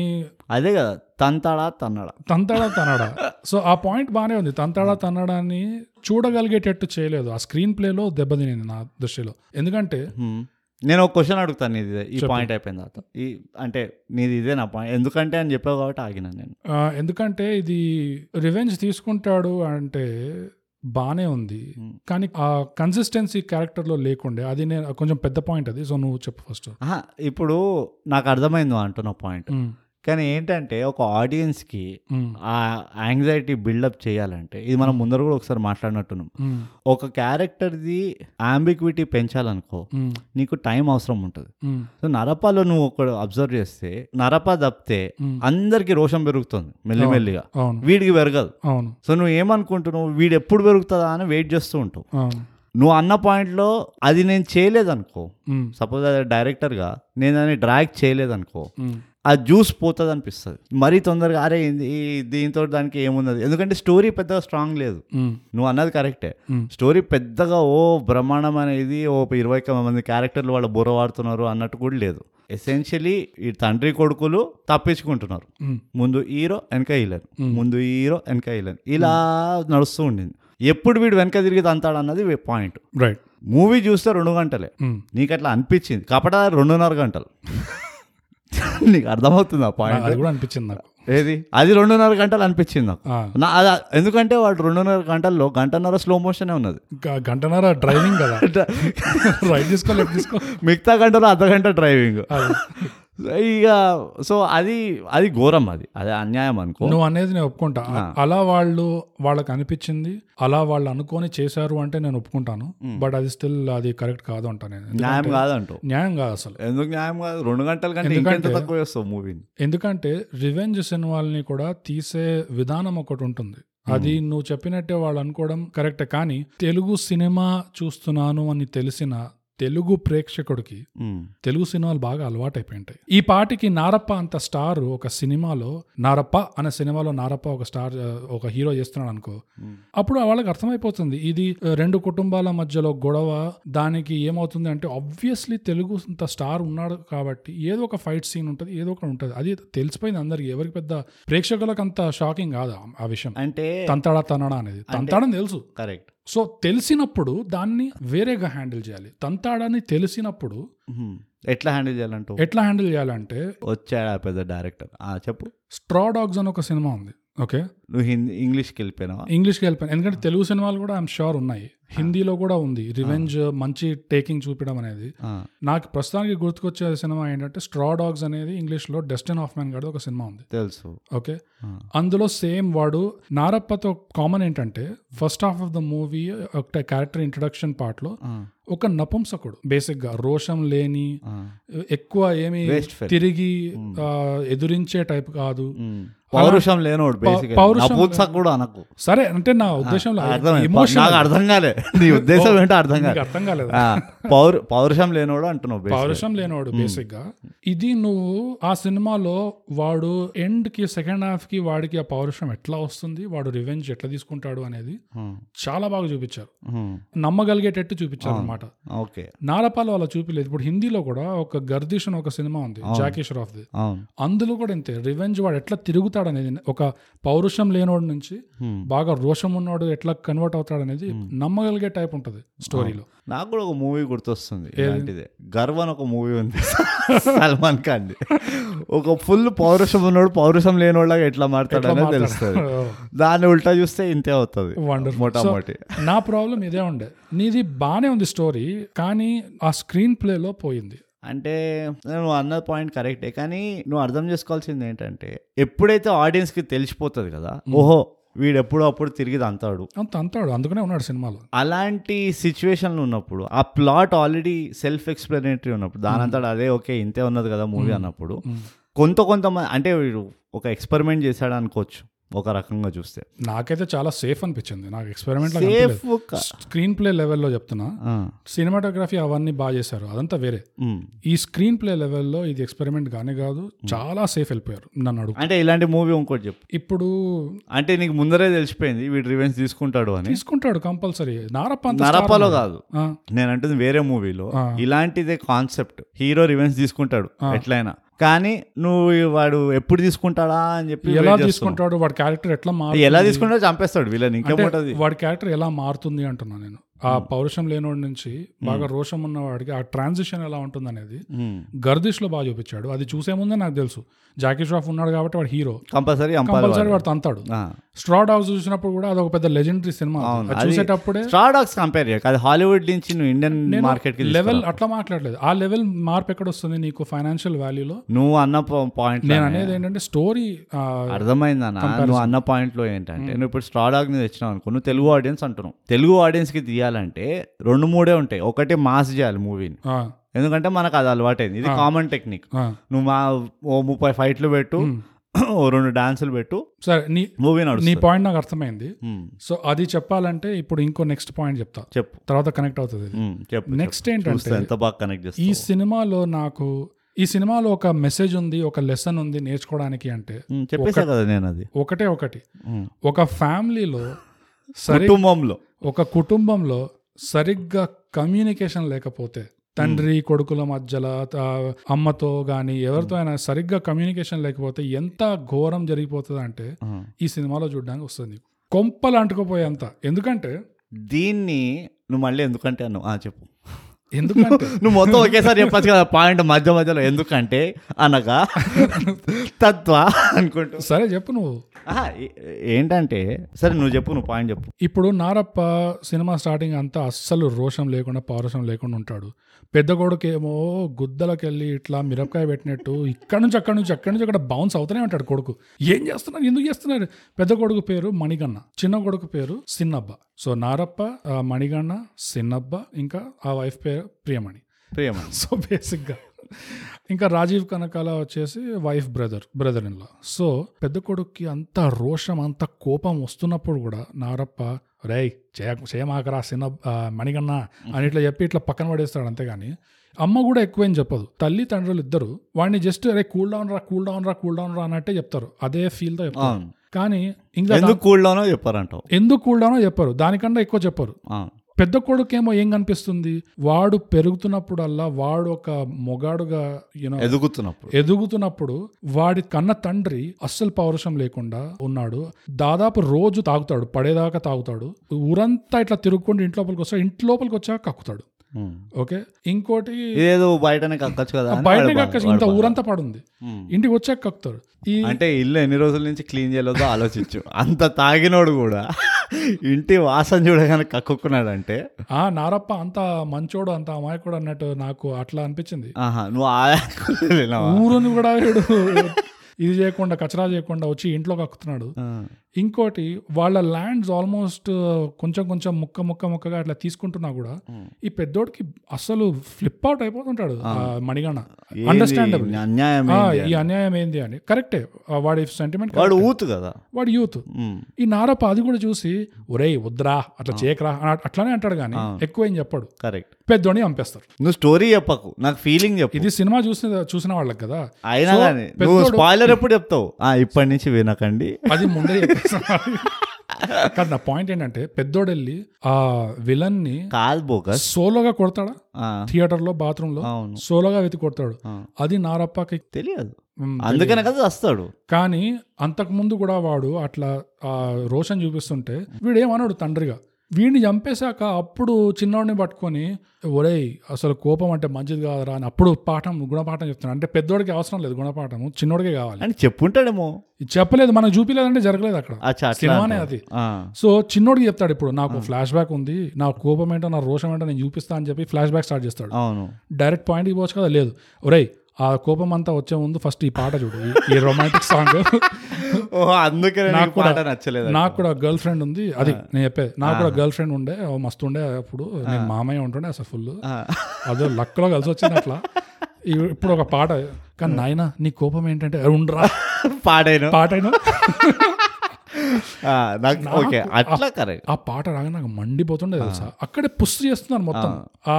Speaker 1: అదే కదా తంతాడా తన్నాడా
Speaker 2: తంతాడా తన్నాడా సో ఆ పాయింట్ బాగానే ఉంది తంతాడా తన్నాడా అని చూడగలిగేటట్టు చేయలేదు ఆ స్క్రీన్ ప్లేలో దెబ్బతినింది నా దృష్టిలో ఎందుకంటే
Speaker 1: హ్మ్. నేను ఒక క్వశ్చన్ అడుగుతాను నీది ఈ పాయింట్ అయిపోయిన తర్వాత ఈ అంటే నీది ఇదే నా పాయింట్ ఎందుకంటే అని చెప్పావు కాబట్టి ఆగినా నేను
Speaker 2: ఆ, ఎందుకంటే ఇది రివెంజ్ తీసుకుంటాడు అంటే బానే ఉంది
Speaker 1: Hmm.
Speaker 2: కానీ ఆ కన్సిస్టెన్సీ క్యారెక్టర్ లో లేకుండే అది నేను కొంచెం పెద్ద పాయింట్ అది సో నువ్వు చెప్పు ఫస్ట్
Speaker 1: ఆహా, ఇప్పుడు నాకు అర్థమైంది నువ్వు అంటున్న పాయింట్ కానీ ఏంటంటే ఒక ఆడియన్స్కి
Speaker 2: Hmm.
Speaker 1: ఆ యాంగ్జైటీ బిల్డప్ చేయాలంటే ఇది మనం ముందర కూడా ఒకసారి మాట్లాడినట్టున్నాం
Speaker 2: Hmm.
Speaker 1: ఒక క్యారెక్టర్ది ఆంబిక్విటీ పెంచాలనుకో
Speaker 2: Hmm.
Speaker 1: నీకు టైం అవసరం ఉంటుంది సో నరపాలో నువ్వు ఒక అబ్జర్వ్ చేస్తే నరప తప్పితే అందరికీ రోషం పెరుగుతుంది మెల్లిమెల్లిగా
Speaker 2: Hmm. అవును
Speaker 1: వీడికి పెరగదు
Speaker 2: అవును
Speaker 1: సో నువ్వు ఏమనుకుంటున్నావు వీడు ఎప్పుడు పెరుగుతుందా అని వెయిట్ చేస్తూ ఉంటావు
Speaker 2: అవును
Speaker 1: నువ్వు అన్న పాయింట్లో అది నేను చేయలేదనుకో
Speaker 2: ఉమ్,
Speaker 1: సపోజ్ అది డైరెక్టర్గా నేను దాన్ని డ్రాగ్ చేయలేదనుకో
Speaker 2: ఉమ్,
Speaker 1: ఆ జ్యూస్ పోతుంది అనిపిస్తుంది మరీ తొందరగా అరే ఇది- ఈ దీంతో దానికి ఏమున్నది ఎందుకంటే స్టోరీ పెద్దగా స్ట్రాంగ్ లేదు
Speaker 2: ఉమ్,
Speaker 1: నువ్వు అన్నది కరెక్టే
Speaker 2: ఉమ్,
Speaker 1: స్టోరీ పెద్దగా ఓ బ్రహ్మాండం అనేది ఓ ఇరవై ఒక్క మంది క్యారెక్టర్లు వాళ్ళు బుర్ర వాడుతున్నారు అన్నట్టు కూడా లేదు ఎసెన్షియలీ ఈ తండ్రి కొడుకులు తప్పించుకుంటున్నారు
Speaker 2: ఉమ్,
Speaker 1: ముందు హీరో వెనక వీళ్ళని
Speaker 2: Hmm.
Speaker 1: ముందు హీరో వెనక వీళ్ళని ఇలా నడుస్తూ ఉండింది ఎప్పుడు వీడు వెనక తిరిగి తంతాడు అన్నది పాయింట్
Speaker 2: రైట్
Speaker 1: మూవీ చూస్తే రెండు గంటలే
Speaker 2: ఉమ్.
Speaker 1: నీకు అట్లా అనిపించింది కాబట్టి రెండున్నర గంటలు [LAUGHS] నీకు అర్థమవుతుంది ఆ
Speaker 2: ఆ, అది
Speaker 1: పాయింట్
Speaker 2: కూడా అనిపించింది నాకు
Speaker 1: ఏది అది రెండున్నర గంటలు అనిపించింది నాకు
Speaker 2: ఆ,
Speaker 1: నా అది ఎందుకంటే వాడు రెండున్నర గంటల్లో గంటన్నర స్లో మోషనే ఉన్నది
Speaker 2: ఇంకా గంటన్నర డ్రైవింగ్ కదా రైట్ తీసుకో లెఫ్ట్ తీసుకో
Speaker 1: మిగతా గంటలో అర్ధ గంట డ్రైవింగ్
Speaker 2: అది.
Speaker 1: ఇక సో అది అది ఘోరం అది అది అన్యాయం అనుకో
Speaker 2: నువ్వు అనేది నేను ఒప్పుకుంటా అ- అలా వాళ్ళు వాళ్ళకి అనిపించింది అలా వాళ్ళు అనుకొని చేశారు అంటే నేను ఒప్పుకుంటాను బట్ అది స్టిల్ అది కరెక్ట్ కాదు అంటా నేను ఎందుకంటే
Speaker 1: న్యాయం కాదంటూ
Speaker 2: న్యాయం కాదు అసలు
Speaker 1: ఎందుకు న్యాయం కాదు రెండు గంటల కంటే ఇంకెంత
Speaker 2: ఎందుకంటే-
Speaker 1: తక్కువ చేస్తావు మూవీని
Speaker 2: ఎందుకంటే రివెంజ్ సినిమాల్ని కూడా తీసే విధానం ఒకటి ఉంటుంది అది నువ్వు చెప్పినట్టే వాళ్ళు అనుకోవడం కరెక్టే కానీ తెలుగు సినిమా చూస్తున్నాను అని తెలిసిన తెలుగు ప్రేక్షకుడికి తెలుగు సినిమాలు బాగా అలవాటైపోయి ఉంటాయి ఈ పాటికి నారప్ప అంత స్టార్ ఒక సినిమాలో నారప్ప అనే సినిమాలో నారప్ప ఒక స్టార్ ఆ, ఒక హీరో చేస్తున్నాడు అనుకో అప్పుడు వాళ్ళకి అర్థమైపోతుంది ఇది ఆ, రెండు కుటుంబాల మధ్యలో గొడవ దానికి ఏమవుతుంది అంటే ఆబ్వియస్లీ తెలుగు ఇంత స్టార్ ఉన్నాడు కాబట్టి ఏదో ఒక ఫైట్ సీన్ ఉంటుంది ఏదో ఒకటి ఉంటుంది అది తెలిసిపోయింది అందరికి ఎవరికి పెద్ద ప్రేక్షకులకు అంత షాకింగ్ కాదు ఆ- ఆ విషయం
Speaker 1: అంటే
Speaker 2: తంతాడా తనడా అనేది తంతాడని తెలుసు
Speaker 1: కరెక్ట్
Speaker 2: సో తెలిసినప్పుడు దాన్ని వేరేగా హ్యాండిల్ చేయాలి తంతాడని తెలిసినప్పుడు
Speaker 1: ఎట్లా హ్యాండిల్ చేయాలంటూ
Speaker 2: ఎట్లా హ్యాండిల్ చేయాలంటే
Speaker 1: వచ్చాడు ఆ పెద్ద డైరెక్టర్ ఆ చెప్పు
Speaker 2: స్ట్రా డాగ్స్ అని ఒక సినిమా ఉంది ఓకే
Speaker 1: నువ్వు హిందీ ఇంగ్లీష్కి వెళ్ళిపోయినావా
Speaker 2: ఇంగ్లీష్కి వెళ్ళిపోయాను ఎందుకంటే తెలుగు సినిమాలు కూడా ఐఎమ్ షూర్ ఉన్నాయి హిందీలో కూడా ఉంది రివెంజ్ మంచి టేకింగ్ చూపించడం అనేది
Speaker 1: ఆ,
Speaker 2: నాకు ప్రస్తుతానికి గుర్తుకొచ్చే సినిమా ఏంటంటే స్ట్రా డాగ్స్ అనేది ఇంగ్లీష్లో డెస్టిన్ ఆఫ్ మ్యాన్ గారి ఒక సినిమా ఉంది
Speaker 1: తెలుసు
Speaker 2: ఓకే
Speaker 1: ఆ,
Speaker 2: అందులో సేమ్ వాడు నారప్పతో కామన్ ఏంటంటే first half of the movie ఒక క్యారెక్టర్ ఇంట్రడక్షన్ పార్ట్లో
Speaker 1: ఆ,
Speaker 2: ఒక నపుంసకుడు బేసిక్గా రోషం లేని
Speaker 1: ఆ.
Speaker 2: ఎక్కువ ఏమి
Speaker 1: Waste fellow.
Speaker 2: తిరిగి ఆ, ఎదురించే టైప్ కాదు
Speaker 1: ఉమ్. పౌరుషం లేనోడు బేసిక్
Speaker 2: పౌరుషం
Speaker 1: పూత్సక్ కూడా అనకు
Speaker 2: సరే అంటే నా ఉద్దేశంలో
Speaker 1: అర్థమైంది
Speaker 2: ఎమోషన్
Speaker 1: నాకు అర్థం కాలే
Speaker 2: [LAUGHS]
Speaker 1: నీ ఉద్దేశం ఏంటో అర్థం కాలే
Speaker 2: అర్థం కాలేదు
Speaker 1: ఆ, పౌరు పౌరుషం లేనోడు అంటున్నావు basic.
Speaker 2: పౌరుషం లేనివాడు బేసిక్ గా ఇది నువ్వు ఆ సినిమాలో వాడు ఎండ్ కి సెకండ్ హాఫ్ కి వాడికి ఆ పౌరుషం ఎట్లా వస్తుంది వాడు రివెంజ్ ఎట్లా తీసుకుంటాడు అనేది
Speaker 1: ఉమ్,
Speaker 2: చాలా బాగా చూపించారు
Speaker 1: ఉమ్,
Speaker 2: నమ్మగలిగేటట్టు చూపించారు అనమాట
Speaker 1: ఓకే
Speaker 2: నారపాలు అలా చూపించలేదు ఇప్పుడు హిందీలో కూడా ఒక గర్దిష్ అని ఒక సినిమా ఉంది జాకీ ది
Speaker 1: అవును
Speaker 2: అందులో కూడా ఇంతే రివెంజ్ వాడు ఎట్లా తిరుగుతాడు అనేది ఒక పౌరుషం లేనివాడు నుంచి
Speaker 1: ఉమ్.
Speaker 2: బాగా రోషం ఉన్నవాడు ఎట్లా కన్వర్ట్ అవుతాడు అనేది నమ్మగలిగే టైప్ ఉంటుంది స్టోరీలో
Speaker 1: నాకు కూడా ఒక మూవీ గుర్తొస్తుంది ఇలాంటిదే గర్వ్ అని ఒక మూవీ ఉంది [LAUGHS] సల్మాన్ ఖాన్ ఒక ఫుల్ పౌరుషం ఉన్నోడు పౌరుషం లేనోళ్ళగా ఎట్లా మారుతాడు అనేది తెలుస్తుంది దాన్ని ఉల్టా చూస్తే ఇంతే అవుతుంది
Speaker 2: Wonderful.
Speaker 1: మొటామొటి
Speaker 2: నా ప్రాబ్లం ఇదే ఉండే నీది బానే ఉంది స్టోరీ కానీ ఆ స్క్రీన్ ప్లేలో పోయింది
Speaker 1: అంటే నువ్వు అన్న పాయింట్ కరెక్టే కానీ నువ్వు అర్థం చేసుకోవాల్సింది ఏంటంటే ఎప్పుడైతే ఆడియన్స్కి తెలిసిపోతుంది కదా ఓహో వీడు ఎప్పుడో అప్పుడు తిరిగి అంతాడు
Speaker 2: అంత అంతాడు అందుకనే ఉన్నాడు సినిమాలో
Speaker 1: అలాంటి సిచ్యువేషన్లు ఉన్నప్పుడు ఆ ప్లాట్ ఆల్రెడీ సెల్ఫ్ ఎక్స్ప్లెనేటరీ ఉన్నప్పుడు దానంతటా అదే ఓకే ఇంతే ఉన్నది కదా మూవీ అన్నప్పుడు కొంత కొంతమంది అంటే వీడు ఒక ఎక్స్పెరిమెంట్ చేశాడు అనుకోవచ్చు ఒక రకంగా చూస్తే
Speaker 2: నాకైతే చాలా సేఫ్ అనిపించింది నాకు ఎక్స్పెరిమెంట్
Speaker 1: సేఫ్
Speaker 2: స్క్రీన్ ప్లే లెవెల్లో చెప్తున్నా సినిమాటోగ్రఫీ అవన్నీ బాగా చేశారు అదంతా వేరే ఈ స్క్రీన్ ప్లే లెవెల్లో ఇది ఎక్స్పెరిమెంట్ గానే కాదు చాలా సేఫ్ వెళ్ళిపోయారు నన్ను అడుగు
Speaker 1: అంటే ఇలాంటి మూవీ ఇంకోటి చెప్పు
Speaker 2: ఇప్పుడు
Speaker 1: అంటే నీకు ముందరే తెలిసిపోయింది వీడు రివెంజ్ తీసుకుంటాడు అని
Speaker 2: తీసుకుంటాడు కంపల్సరీ నారప్ప అంత star
Speaker 1: నరపాలో
Speaker 2: ఉన్నాడు.
Speaker 1: కాదు
Speaker 2: ఆ,
Speaker 1: నేను అంటుంది వేరే మూవీలో
Speaker 2: ఆ.
Speaker 1: ఇలాంటిదే కాన్సెప్ట్ హీరో రివెంజ్ తీసుకుంటాడు ఎట్లయినా కానీ నువ్వు వాడు ఎప్పుడు తీసుకుంటాడా అని చెప్పి
Speaker 2: ఎలా
Speaker 1: wait చేస్తున్నావు.
Speaker 2: తీసుకుంటాడు వాడి క్యారెక్టర్ ఎట్లా మారు
Speaker 1: ఎలా తీసుకుంటాడో చంపేస్తాడు వీళ్ళని
Speaker 2: అంటే
Speaker 1: ఇంకేముంటది
Speaker 2: వాడి క్యారెక్టర్ ఎలా మారుతుంది అంటున్నా నేను ఆ
Speaker 1: Hmm.
Speaker 2: పౌరుషం లేనివాడి నుంచి బాగా రోషం ఉన్నవాడికి ఆ ట్రాన్సిషన్ ఎలా ఉంటుంది అనేది గర్దిష్లో బాగా చూపించాడు అది చూసే ముందే నాకు తెలుసు జాకీ ష్రాఫ్ ఉన్నాడు కాబట్టి వాడు హీరో
Speaker 1: కంపల్సరీ అంపాలి
Speaker 2: కంపల్సరీ వాడు తంతాడు స్ట్రాడ్ హౌస్ చూసినప్పుడు కూడా అది ఒక పెద్ద లెజెండరీ సినిమా
Speaker 1: అవును,
Speaker 2: అది
Speaker 1: అది-
Speaker 2: చూసేటప్పుడే
Speaker 1: స్ట్రాడాక్స్ కంపేర్ చేయకు అది హాలీవుడ్ నుంచి నువ్వు ఇండియన్ మార్కెట్ కి
Speaker 2: లెవెల్
Speaker 1: లెవెల్
Speaker 2: అట్లా మాట్లాడలేదు ఆ లెవెల్ మార్పు ఎక్కడ వస్తుంది నీకు ఫైనాన్షియల్ వాల్యూలో
Speaker 1: నువ్వు అన్న పాయింట్
Speaker 2: నేను అనేది ఏంటంటే స్టోరీ
Speaker 1: అర్థమైంది అన్న నువ్వు అన్న పాయింట్లో ఏంటంటే నువ్వు ఇప్పుడు స్ట్రాడాగ్ మీద తెచ్చినావు అనుకో నువ్వు తెలుగు ఆడియన్స్ అంటున్నావు తెలుగు ఆడియన్స్కి తీయాలంటే రెండు మూడే ఉంటాయి ఒకటి మాస్ చేయాలి మూవీని ఎందుకంటే మనకు అది అలవాటైంది ఇది కామన్ టెక్నిక్ నువ్వు మా ఓ ముప్పై ఫైట్లు పెట్టు ఓ రెండు డాన్సులు పెట్టు
Speaker 2: సరే నీ
Speaker 1: మూవీ
Speaker 2: నీ
Speaker 1: నడుస్తుంది
Speaker 2: పాయింట్ నాకు అర్థమైంది
Speaker 1: ఉమ్,
Speaker 2: సో అది చెప్పాలంటే ఇప్పుడు ఇంకో నెక్స్ట్ పాయింట్ చెప్తా
Speaker 1: చెప్పు
Speaker 2: తర్వాత కనెక్ట్ అవుతుంది ఇది.
Speaker 1: ఉమ్, చెప్పు
Speaker 2: నెక్స్ట్ ఏంటంటే
Speaker 1: చూస్తా ఎంత బాగా కనెక్ట్
Speaker 2: ఈ
Speaker 1: చేస్తా
Speaker 2: సినిమాలో నాకు ఈ సినిమాలో ఒక మెసేజ్ ఉంది ఒక లెసన్ ఉంది నేర్చుకోవడానికి అంటే
Speaker 1: చెప్పేసా కదా నేను అది
Speaker 2: ఒకటే ఒకటి
Speaker 1: ఉమ్.
Speaker 2: ఒక ఫ్యామిలీలో సరి
Speaker 1: కుటుంబంలో
Speaker 2: ఒక కుటుంబంలో సరిగ్గా కమ్యూనికేషన్ లేకపోతే తండ్రి కొడుకుల మధ్యలో త- అమ్మతో కానీ ఎవరితో అయినా సరిగ్గా కమ్యూనికేషన్ లేకపోతే ఎంత ఘోరం జరిగిపోతుంది అంటే
Speaker 1: ఉమ్.
Speaker 2: ఈ సినిమాలో చూడడానికి వస్తుంది నీకు. కొంపలు అంటుకుపోయేంత ఎందుకంటే
Speaker 1: దీన్ని నువ్వు మళ్ళీ ఎందుకంటే అన్నావు ఆ, చెప్పు
Speaker 2: ఎందుకంటే
Speaker 1: నువ్వు మొత్తం ఒకేసారి చెప్పచ్చు కదా పాయింట్ మధ్య మధ్యలో ఎందుకంటే అనగా తత్వ అనుకుంటూ
Speaker 2: సరే చెప్పు నువ్వు
Speaker 1: ఆహా, ఏ- ఏంటంటే సరే నువ్వు చెప్పు నువ్వు పాయింట్ చెప్పు
Speaker 2: ఇప్పుడు నారప్ప సినిమా స్టార్టింగ్ అంతా అస్సలు రోషం లేకుండా పౌరుషం లేకుండా ఉంటాడు పెద్ద కొడుకేమో గుద్దలకెళ్ళి ఇట్లా మిరపకాయ పెట్టినట్టు ఇక్కడ నుంచి అక్కడ నుంచి అక్కడ నుంచి అక్కడ బౌన్స్ అవుతూనే ఉంటాడు కొడుకు ఏం చేస్తున్నారు ఎందుకు చేస్తున్నారు పెద్ద కొడుకు పేరు మణిగన్న చిన్న కొడుకు పేరు సిన్నబ్బ సో నారప్ప ఆ మణిగన్న సిన్నబ్బ ఇంకా ఆ వైఫ్ పేరు ప్రియమణి
Speaker 1: ప్రేమ
Speaker 2: [LAUGHS] సో బేసిక్గా ఇంకా రాజీవ్ కనకాల వచ్చేసి wife brother brother in law so పెద్ద కొడుక్కి అంత రోషం అంత కోపం వస్తున్నప్పుడు కూడా నారప్ప రేయ్ చేయ చేయమాకరా సిన్న ఆ, మణిగన్న అని ఇట్లా చెప్పి ఇట్లా పక్కన పడేస్తాడు అంతేగాని అమ్మ కూడా ఎక్కువేం చెప్పదు తల్లి తండ్రులు ఇద్దరు వాడిని జస్ట్ రే కూల్ డౌన్ రా కూల్ డౌన్ రా కూల్ డౌన్ రా అన్నట్టే చెప్తారు అదే ఫీల్తో చెప్తారు
Speaker 1: అవును
Speaker 2: కానీ ఇంకా
Speaker 1: ఎందుకు కూల్లోనో చెప్పారంటావు
Speaker 2: ఎందుకు కూల్ డౌనో చెప్పరు దానికన్నా ఎక్కువ చెప్పరు
Speaker 1: అవును
Speaker 2: పెద్ద కొడుకేమో ఏం కనిపిస్తుంది వాడు పెరుగుతున్నప్పుడల్లా వాడు ఒక మొగాడుగా యూనో
Speaker 1: ఎదుగుతున్నప్పుడు
Speaker 2: ఎదుగుతున్నప్పుడు వాడి కన్న తండ్రి అస్సలు పౌరుషం లేకుండా ఉన్నాడు దాదాపు రోజు తాగుతాడు పడేదాకా తాగుతాడు ఊరంతా ఇట్లా తిరుగుకుంటూ ఇంటి లోపలికి వస్తాడు ఇంటి లోపలికి వచ్చాక కక్కుతాడు
Speaker 1: ఉమ్.
Speaker 2: ఓకే ఇంకోటి
Speaker 1: ఇదేదో బయటనే కక్కచ్చు కదా అని
Speaker 2: బయట
Speaker 1: వాడు
Speaker 2: కక్క
Speaker 1: బాధ-
Speaker 2: ఇంత
Speaker 1: వాడు బాధ.
Speaker 2: ఊరంతా పడుంది
Speaker 1: ఉమ్.
Speaker 2: ఇంటికి వచ్చాక కక్కుతాడు ఈ
Speaker 1: అంటే ఇల్లు ఎన్ని రోజుల నుంచి క్లీన్ చేయలేదో ఆలోచించు అంత తాగినోడు కూడా ఇంటి వాసన చూడగానే కక్కుకున్నాడంటే
Speaker 2: ఆ నారప్ప అంత మంచోడు అంత అమాయకుడు అన్నట్టు నాకు అట్లా అనిపించింది
Speaker 1: ఆహా నువ్వు [LAUGHS] ఆయాకులేనావా
Speaker 2: ఊరుని కూడా వీడు ఇది చేయకుండా కచరా చేయకుండా వచ్చి ఇంట్లో కక్కుతున్నాడు ఇంకోటి వాళ్ళ ల్యాండ్స్ ఆల్మోస్ట్ కొంచెం కొంచెం ముక్క ముక్క ముక్కగా అట్లా తీసుకుంటున్నా కూడా ఈ పెద్దోడికి అసలు ఫ్లిప్ అవుట్ అయిపోతుంటాడు ఆ మణిగణ అండర్స్టాండబుల్
Speaker 1: అన్యాయం ఏంది
Speaker 2: ఈ
Speaker 1: అని.
Speaker 2: అన్యాయం ఏంది అని కరెక్టే ఆ వాడి సెంటిమెంట్
Speaker 1: వాడు ఊతు కదా
Speaker 2: వాడు యూత్
Speaker 1: ఉమ్.
Speaker 2: ఈ నారప్ప అది కూడా చూసి ఒరేయ్ వద్దురా అట్లా చేయకరా అని అట్లానే అంటాడు కానీ ఎక్కువ ఏం చెప్పాడు
Speaker 1: కరెక్ట్
Speaker 2: పెద్దోడిని పంపేస్తారు
Speaker 1: నువ్వు స్టోరీ చెప్పకు నాకు ఫీలింగ్ చెప్పు
Speaker 2: ఇది సినిమా చూసిన చూసిన వాళ్ళకి కదా
Speaker 1: అయినా
Speaker 2: So,
Speaker 1: కానీ నువ్వు
Speaker 2: పెద్దోడు-
Speaker 1: స్పాయిలర్ ఎప్పుడు చెప్తావు ఆ ఇప్పటి నుంచి వినకండి
Speaker 2: అది ముందే చెప్పేసాం. కాదు నా పాయింట్ ఏంటంటే పెద్దోడు వెళ్ళి ఆ విలన్ ని
Speaker 1: కాదు బోకస్
Speaker 2: సోలోగా కొడతాడా
Speaker 1: ఆ,
Speaker 2: థియేటర్ లో బాత్రూమ్ లో
Speaker 1: అవును
Speaker 2: సోలోగా వెతి కొడతాడు
Speaker 1: ఆ.
Speaker 2: అది నారప్పకి
Speaker 1: తెలియదు
Speaker 2: మ్,
Speaker 1: అందుకనే కదా వస్తాడు
Speaker 2: కానీ అంతకు ముందు కూడా వాడు అట్లా ఆ రోషన్ చూపిస్తుంటే వీడు ఏమన్నాడు తండ్రిగా వీడిని చంపేశాక అప్పుడు చిన్నోడిని పట్టుకొని ఒరేయ్ అసలు కోపం అంటే మంచిది కాదురా అని అప్పుడు పాఠం గుణపాఠం చెప్తున్నాడు అంటే పెద్దోడికి అవసరం లేదు గుణపాఠం చిన్నోడికే కావాలి
Speaker 1: అని చెప్పుంటాడేమో
Speaker 2: ఇది చెప్పలేదు మనకు చూపిలేదంటే జరగలేదు అక్కడ
Speaker 1: అచ్చా, అట్లా
Speaker 2: సినిమానే
Speaker 1: అంటావు.
Speaker 2: అది
Speaker 1: ఆ,
Speaker 2: సో చిన్నోడికి చెప్తాడు ఇప్పుడు నాకు ఫ్లాష్ బ్యాక్ ఉంది నా కోపం ఏంటో నా రోషం ఏంటో నేను చూపిస్తా అని చెప్పి ఫ్లాష్ బ్యాక్ స్టార్ట్ చేస్తాడు
Speaker 1: అవును
Speaker 2: డైరెక్ట్ పాయింట్కి పోవచ్చు కదా లేదు ఒరేయ్ ఆ కోపం అంతా వచ్చే ముందు ఫస్ట్ ఈ పాట చూడు ఈ- ఈ రొమాంటిక్ సాంగ్
Speaker 1: ఓహో అందుకే నాకు
Speaker 2: కూడా-
Speaker 1: పాట నచ్చలేదు
Speaker 2: నాకు కూడా గర్ల్ ఫ్రెండ్ ఉంది అది నేను చెప్పేది నాకు కూడా గర్ల్ ఫ్రెండ్ ఉండే ఓ మస్తు ఉండే అప్పుడు నేను మామయ్య ఉంటుండే అసలు ఫుల్
Speaker 1: ఆ.
Speaker 2: అదే లక్లో కలిసి వచ్చింది అట్లా ఇ- ఇప్పుడు ఒక పాట కానీ నాయన నీ కోపం ఏంటంటే "అరే ఉండరా
Speaker 1: పాడేను
Speaker 2: పాట అయినా
Speaker 1: ఆ, నాకు ఓకే అట్లా కరెక్ట్
Speaker 2: ఆ పాట రాగా నాకు మండిపోతుండే తెలుసా అక్కడే పుష్ చేస్తున్నారు మొత్తం ఆ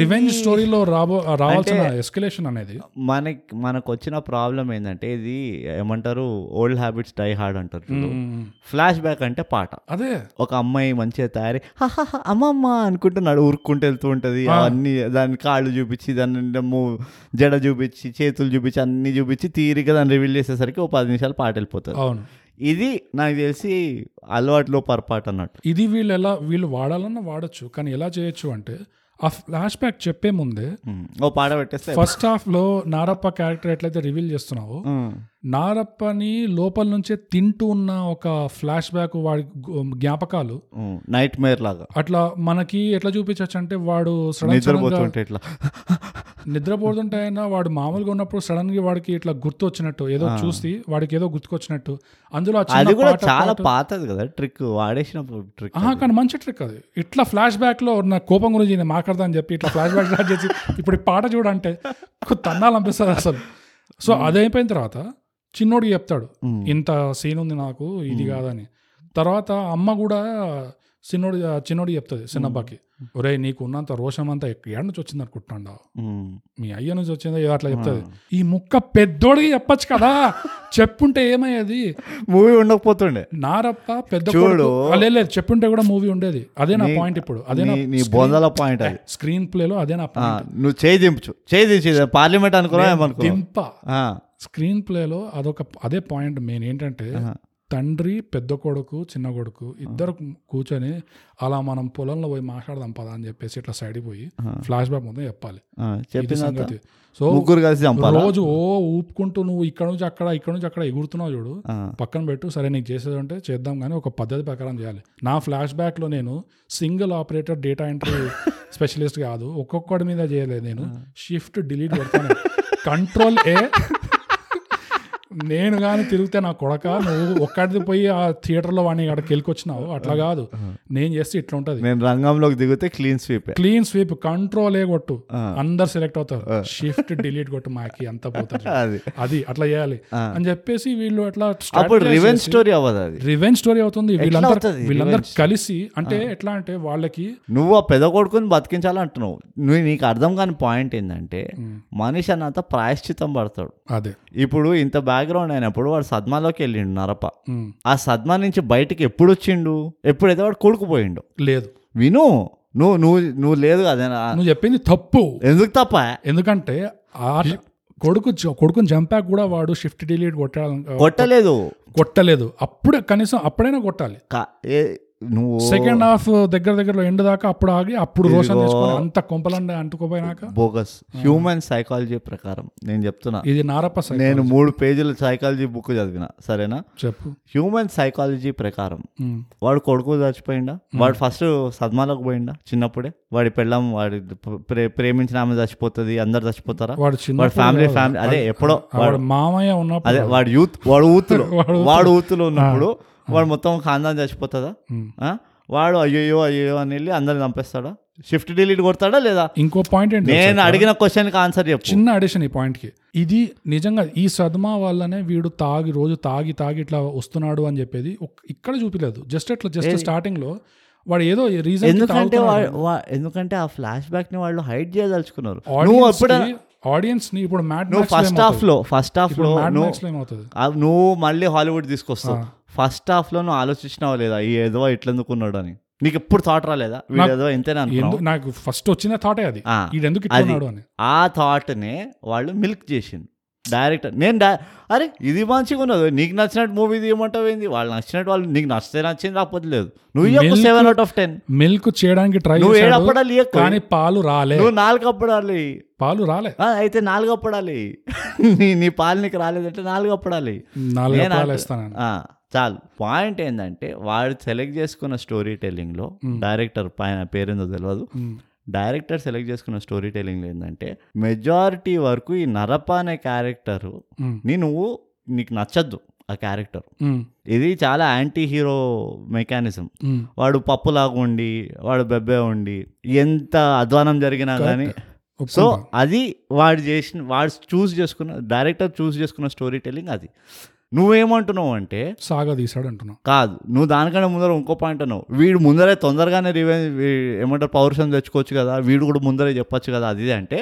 Speaker 2: రివెంజ్ స్టోరీలో రాబో ఆ రావాల్సిన ఎస్కలేషన్ అనేది
Speaker 1: మనకి మనకు వచ్చిన ప్రాబ్లం ఏంటంటే ఇది ఏమంటారు ఓల్డ్ హ్యాబిట్స్ డై హార్డ్ అంటారు చూడు.
Speaker 2: మ్మ్.
Speaker 1: ఫ్లాష్ బ్యాక్ అంటే పాట
Speaker 2: అదే
Speaker 1: ఒక అమ్మాయి మంచిగా తయారై "హహహ, అమ్మమ్మ అనుకుంటున్నాడు ఊరుకుంటూ వెళ్తూ ఉంటుంది అన్ని దాని కాళ్ళు చూపించి దాని నిండా మూ- జడ చూపించి చేతులు చూపించి అన్ని చూపించి తీరిక దాన్ని రివీల్ చేసేసరికి ఓ పది నిమిషాలు పాట వెళ్ళిపోతుంది
Speaker 2: అవును
Speaker 1: ఇది నాకు తెలిసి అలవాట్లో పొరపాటు అన్నట్టు
Speaker 2: ఇది వీళ్ళు ఎలా వీళ్ళు వాడాలన్నా వాడచ్చు కానీ ఎలా చేయొచ్చు అంటే ఆ ఫ్లాష్ బ్యాక్ చెప్పే ముందే
Speaker 1: ఉమ్. ఓ పాట పెట్టేస్తే
Speaker 2: ఫస్ట్ హాఫ్ లో నారప్ప క్యారెక్టర్ ఎట్లయితే రివీల్ చేస్తున్నావో
Speaker 1: ఉమ్.
Speaker 2: నారప్పని లోపల నుంచే తింటూ ఉన్న ఒక ఫ్లాష్ బ్యాక్ వాడి గు- జ్ఞాపకాలు
Speaker 1: ఉమ్. నైట్ మేర్ లాగా
Speaker 2: అట్లా మనకి ఎట్లా చూపించవచ్చు అంటే వాడు సడన్ సడన్
Speaker 1: నిద్రపోతుంటే ఇట్లా
Speaker 2: నిద్రపోతుంటే అయినా వాడు మామూలుగా ఉన్నప్పుడు సడన్ గా వాడికి ఇట్లా గుర్తు వచ్చినట్టు ఏదో చూసి వాడికి ఏదో గుర్తుకొచ్చినట్టు అందులో ఆ చిన్న
Speaker 1: అది కూడా
Speaker 2: పాట
Speaker 1: చాలా
Speaker 2: పాట-
Speaker 1: పాతది కదా ట్రిక్ వాడేసిన ట్రిక్
Speaker 2: ఆహా, కానీ మంచి ట్రిక్ అది ఇట్లా ఫ్లాష్ బ్యాక్ లో నా కోపం గురించి నేను మాట్లాడదా అని చెప్పి ఇట్లా ఫ్లాష్ బ్యాక్ స్టార్ట్ చేసి ఇప్పుడు ఈ పాట చూడంటే తన్నాలనిపిస్తుంది అసలు సో అదైపోయిన తర్వాత చిన్నోడికి చెప్తాడు
Speaker 1: ఉమ్.
Speaker 2: ఇంత సీన్ ఉంది నాకు ఇది కాదని తర్వాత అమ్మ కూడా చిన్నోడి చిన్నోడి చెప్తుంది చిన్నబ్బాకి ఒరే నీకు ఉన్నంత రోషం అంతా ఎక్కడి నుంచి వచ్చింది అనుకుంటున్నాడా
Speaker 1: ఉమ్.
Speaker 2: మీ అయ్య నుంచి వచ్చిందో ఏదో అట్లా చెప్తుంది ఈ ముక్క పెద్దోడికి చెప్పొచ్చు కదా చెప్పుంటే ఏమయ్యేది
Speaker 1: మూవీ ఉండకపోతుండే
Speaker 2: నారప్ప పెద్ద
Speaker 1: చూడు.
Speaker 2: కొడుకు ఆ, లేదు లేదు, చెప్పుంటే కూడా మూవీ ఉండేది అదే నా పాయింట్ ఇప్పుడు అదే నా
Speaker 1: నీ- నీ బొందల పాయింట్ అది
Speaker 2: స్క్రీన్ ప్లేలో అదే నా
Speaker 1: ఆ,
Speaker 2: పాయింట్
Speaker 1: నువ్వు చేయి దింపు చేయి దించి పార్లమెంట్ అనుకున్నా ఏమనుకున్నా
Speaker 2: దింప
Speaker 1: ఆ,
Speaker 2: స్క్రీన్ ప్లేలో అదొక అదే పాయింట్ మెయిన్ ఏంటంటే తండ్రి పెద్ద కొడుకు చిన్న కొడుకు ఇద్దరు కూర్చొని అలా మనం పొలంలో పోయి మాట్లాడదాం పదా అని చెప్పేసి ఇట్లా సైడ్ పోయి ఫ్లాష్ బ్యాక్ ముందు చెప్పాలి
Speaker 1: ఆ,
Speaker 2: ఇది
Speaker 1: చెప్పిన తర్వాత
Speaker 2: సంగతి సో
Speaker 1: ముగ్గురు కలిసి చంపాలా
Speaker 2: రోజు ఓ ఊపుకుంటూ నువ్వు ఇక్కడ నుంచి అక్కడ ఇక్కడ నుంచి అక్కడ ఎగురుతున్నావు చూడు
Speaker 1: ఆ.
Speaker 2: పక్కన పెట్టు సరే నీకు చేసేది ఉంటే చేద్దాం కానీ ఒక పద్ధతి ప్రకారం చేయాలి నా ఫ్లాష్ బ్యాక్లో నేను single operator data
Speaker 1: [LAUGHS]
Speaker 2: entry specialist కాదు ఒక్కొక్కడి మీద చేయలేదు నేను షిఫ్ట్ డిలీట్ కొడతాను కంట్రోల్ ఏ నేను కానీ తిరిగితే నా కొడక నువ్వు ఒక్కడిది పోయి ఆ థియేటర్లో వాడిని అక్కడికి వెళ్ళికొచ్చినావు అట్లా కాదు నేను చేస్తే ఇట్లా ఉంటుంది
Speaker 1: నేను రంగంలోకి దిగితే clean sweep
Speaker 2: clean sweep control A కొట్టు
Speaker 1: ఆ.
Speaker 2: అందరు సెలెక్ట్ అవుతారు షిఫ్ట్ డిలీట్ కొట్టు మాకి అంత పోతారు
Speaker 1: అది
Speaker 2: అది అట్లా చేయాలి అని చెప్పేసి వీళ్ళు అట్లా
Speaker 1: అప్పుడు రివెంజ్ స్టోరీ అవ్వదు అది
Speaker 2: రివెంజ్ స్టోరీ అవుతుంది వీళ్ళందరూ
Speaker 1: అవుతుంది
Speaker 2: వీళ్ళందరూ కలిసి అంటే ఎట్లా అంటే వాళ్ళకి
Speaker 1: నువ్వు ఆ పెద్ద కొడుకుని బతికించాలంటున్నావు నువ్వు నీకు అర్థం కాని పాయింట్ ఏంటంటే మనిషి అన్నంత ప్రాయశ్చితం పడతాడు
Speaker 2: అదే
Speaker 1: ఇప్పుడు ఇంత బ్యాక్గ్రౌండ్ అయినప్పుడు వాడు సద్మాలోకి వెళ్ళిండు నరప
Speaker 2: ఉమ్,
Speaker 1: ఆ సద్మా నుంచి బయటికి ఎప్పుడు వచ్చిండు ఎప్పుడైతే వాడు కొడుకుపోయిండు
Speaker 2: లేదు
Speaker 1: విను నువ్వు నువ్వు నువ్వు లేదు కదా
Speaker 2: నువ్వు చెప్పింది తప్పు
Speaker 1: ఎందుకు తప్ప
Speaker 2: ఎందుకంటే ఆ కొడుకు జ- కొడుకుని చంపాక కూడా వాడు షిఫ్ట్ డిలీట్ కొట్టాలి
Speaker 1: కొట్టలేదు
Speaker 2: కొట్టలేదు అప్పుడు కనీసం అప్పుడైనా కొట్టాలి
Speaker 1: కా- ఏ- నువ్వు
Speaker 2: సెకండ్ హాఫ్ దగ్గర దగ్గరలో ఎండ్ దాకా అప్పుడు ఆగి అప్పుడు రోషన్
Speaker 1: ఇదిగో.
Speaker 2: చేసుకొని అంత కొంపలండి అంటుకోపోయినాక
Speaker 1: బోగస్ హ్యూమన్ సైకాలజీ ప్రకారం నేను చెప్తున్నా
Speaker 2: ఇది నారప్ప సైకిల్.
Speaker 1: నేను మూడు పేజీల సైకాలజీ బుక్ చదివిన సరేనా
Speaker 2: చెప్పు
Speaker 1: హ్యూమన్ సైకాలజీ ప్రకారం
Speaker 2: ఉమ్,
Speaker 1: వాడు కొడుకు చచ్చిపోయిండా వాడు ఫస్ట్ సద్మాలకు పోయిండా చిన్నప్పుడే వాడి పెళ్ళం వాడి ప్రే ప్రేమించిన ఆమె చచ్చిపోతుంది అందరు చచ్చిపోతారా
Speaker 2: వాడు చిన్న
Speaker 1: వాడి ఫ్యామిలీ ఫ్యామిలీ అదే ఎప్పుడో
Speaker 2: వాడు మామయ్య
Speaker 1: అదే
Speaker 2: ఉన్నప్పుడు
Speaker 1: వాడు యూత్ వాడు ఊతులు
Speaker 2: [LAUGHS] వాడు
Speaker 1: వాడు ఊతులు ఉన్నప్పుడు వాడు మొత్తం ఖాందాన్ చచ్చిపోతుందా
Speaker 2: ఉమ్.
Speaker 1: ఆ? వాడు అయ్యో అయ్యో అని వెళ్ళి అందరిని చంపేస్తాడా షిఫ్ట్ డిలీట్ కొడతాడా లేదా
Speaker 2: ఇంకో పాయింట్ ఏంటి
Speaker 1: నేను అడిగిన క్వశ్చన్కి ఆన్సర్ చెప్పు
Speaker 2: చిన్న అడిషన్ ఈ point కి ఇది నిజంగా ఈ సద్మా వల్లనే వీడు తాగి రోజు తాగి తాగి ఇట్లా వస్తున్నాడు అని చెప్పేది ఒక్- ఇక్కడ చూపిలేదు జస్ట్ అట్లా జస్ట్ స్టార్టింగ్ లో వాడు ఏదో రీజన్
Speaker 1: ఎందుకంటే వా- వా- ఎందుకంటే ఆ ఫ్లాష్ బ్యాక్ ని వాళ్ళు హైడ్ చేయదలుచుకున్నారు నువ్వు ఎప్పుడు
Speaker 2: ఆడియన్స్ ని ఇప్పుడు మ్యాట్
Speaker 1: నువ్వు ఫస్ట్ హాఫ్ లో ఫస్ట్ హాఫ్ లో
Speaker 2: మ్యాట్
Speaker 1: నువ్వు
Speaker 2: మ్యాక్స్ లో ఏమవుతుంది
Speaker 1: ఆ, నువ్వు మళ్ళీ హాలీవుడ్ తీసుకొస్తావు ఫస్ట్ హాఫ్ లో నువ్వు ఆలోచించినావా లేదా ఈ ఏదో ఇట్లా ఎందుకున్నాడు అని నీకు ఎప్పుడు థాట్ రాలేదా వీడు ఏదో ఇంతేనా అనుకున్నావు
Speaker 2: ఎందుకు నాకు ఫస్ట్ వచ్చిన థాటే అది
Speaker 1: ఆ,
Speaker 2: వీడు ఎందుకు ఇట్లా
Speaker 1: అది.
Speaker 2: ఉన్నాడు అని
Speaker 1: ఆ థాట్ నే వాళ్ళు మిల్క్ చేసిండు డైరెక్ట్ నేను డై అరే ఇది మంచిగా ఉన్నది నీకు నచ్చినట్టు మూవీ తీయమంటావు ఏంది వాళ్ళు నచ్చినట్టు వాళ్ళు నీకు నచ్చితే నచ్చింది రాకపోతే లేదు నువ్వు
Speaker 2: Milk-
Speaker 1: seven out of ten
Speaker 2: milk చేయడానికి ట్రై
Speaker 1: నువ్వు ఏడు
Speaker 2: చేశాడు
Speaker 1: అప్పడాలు ఇయ్యకు.
Speaker 2: కానీ పాలు రాలే
Speaker 1: నువ్వు నాలుగు అప్పడాలి
Speaker 2: పాలు రాలే
Speaker 1: ఆ, అయితే నాలుగు అప్పడాలి [LAUGHS] నీ నీ పాలు నీకు రాలేదంటే నాలుగు అప్పడాలి
Speaker 2: నాలుగు
Speaker 1: నేను
Speaker 2: పాలు
Speaker 1: అంట-
Speaker 2: వేస్తానని
Speaker 1: ఆ, చాలు పాయింట్ ఏంటంటే వాడు సెలెక్ట్ చేసుకున్న స్టోరీ టెల్లింగ్లో డైరెక్టర్ పైన పేరేందో తెలియదు
Speaker 2: ఉమ్,
Speaker 1: డైరెక్టర్ సెలెక్ట్ చేసుకున్న స్టోరీ టెల్లింగ్ ఏంటంటే మెజారిటీ వరకు ఈ నరప అనే క్యారెక్టర్
Speaker 2: ఉమ్,
Speaker 1: నీ నువ్వు నీకు నచ్చద్దు ఆ క్యారెక్టర్
Speaker 2: ఉమ్,
Speaker 1: ఇది చాలా యాంటీ హీరో మెకానిజం
Speaker 2: ఉమ్.
Speaker 1: వాడు పప్పులాగా ఉండి వాడు బెబ్బే ఉండి ఎంత అధ్వానం జరిగినా కానీ సో
Speaker 2: ఒప్పుకుంటా.
Speaker 1: అది వాడు చేసిన వాడు చూస్ చేసుకున్న డైరెక్టర్ చూస్ చేసుకున్న స్టోరీ టెల్లింగ్ అది నువ్వేమంటున్నావు అంటే
Speaker 2: సాగా తీసాడు అంటున్నాం
Speaker 1: కాదు నువ్వు దానికంటే ముందర ఇంకో పాయింట్ అన్నావు వీడు ముందరే తొందరగానే రివెంజ్ ఏమంటారు పౌరుషం తెచ్చుకోవచ్చు కదా వీడు కూడా ముందరే చెప్పొచ్చు కదా అది ఇది అంటే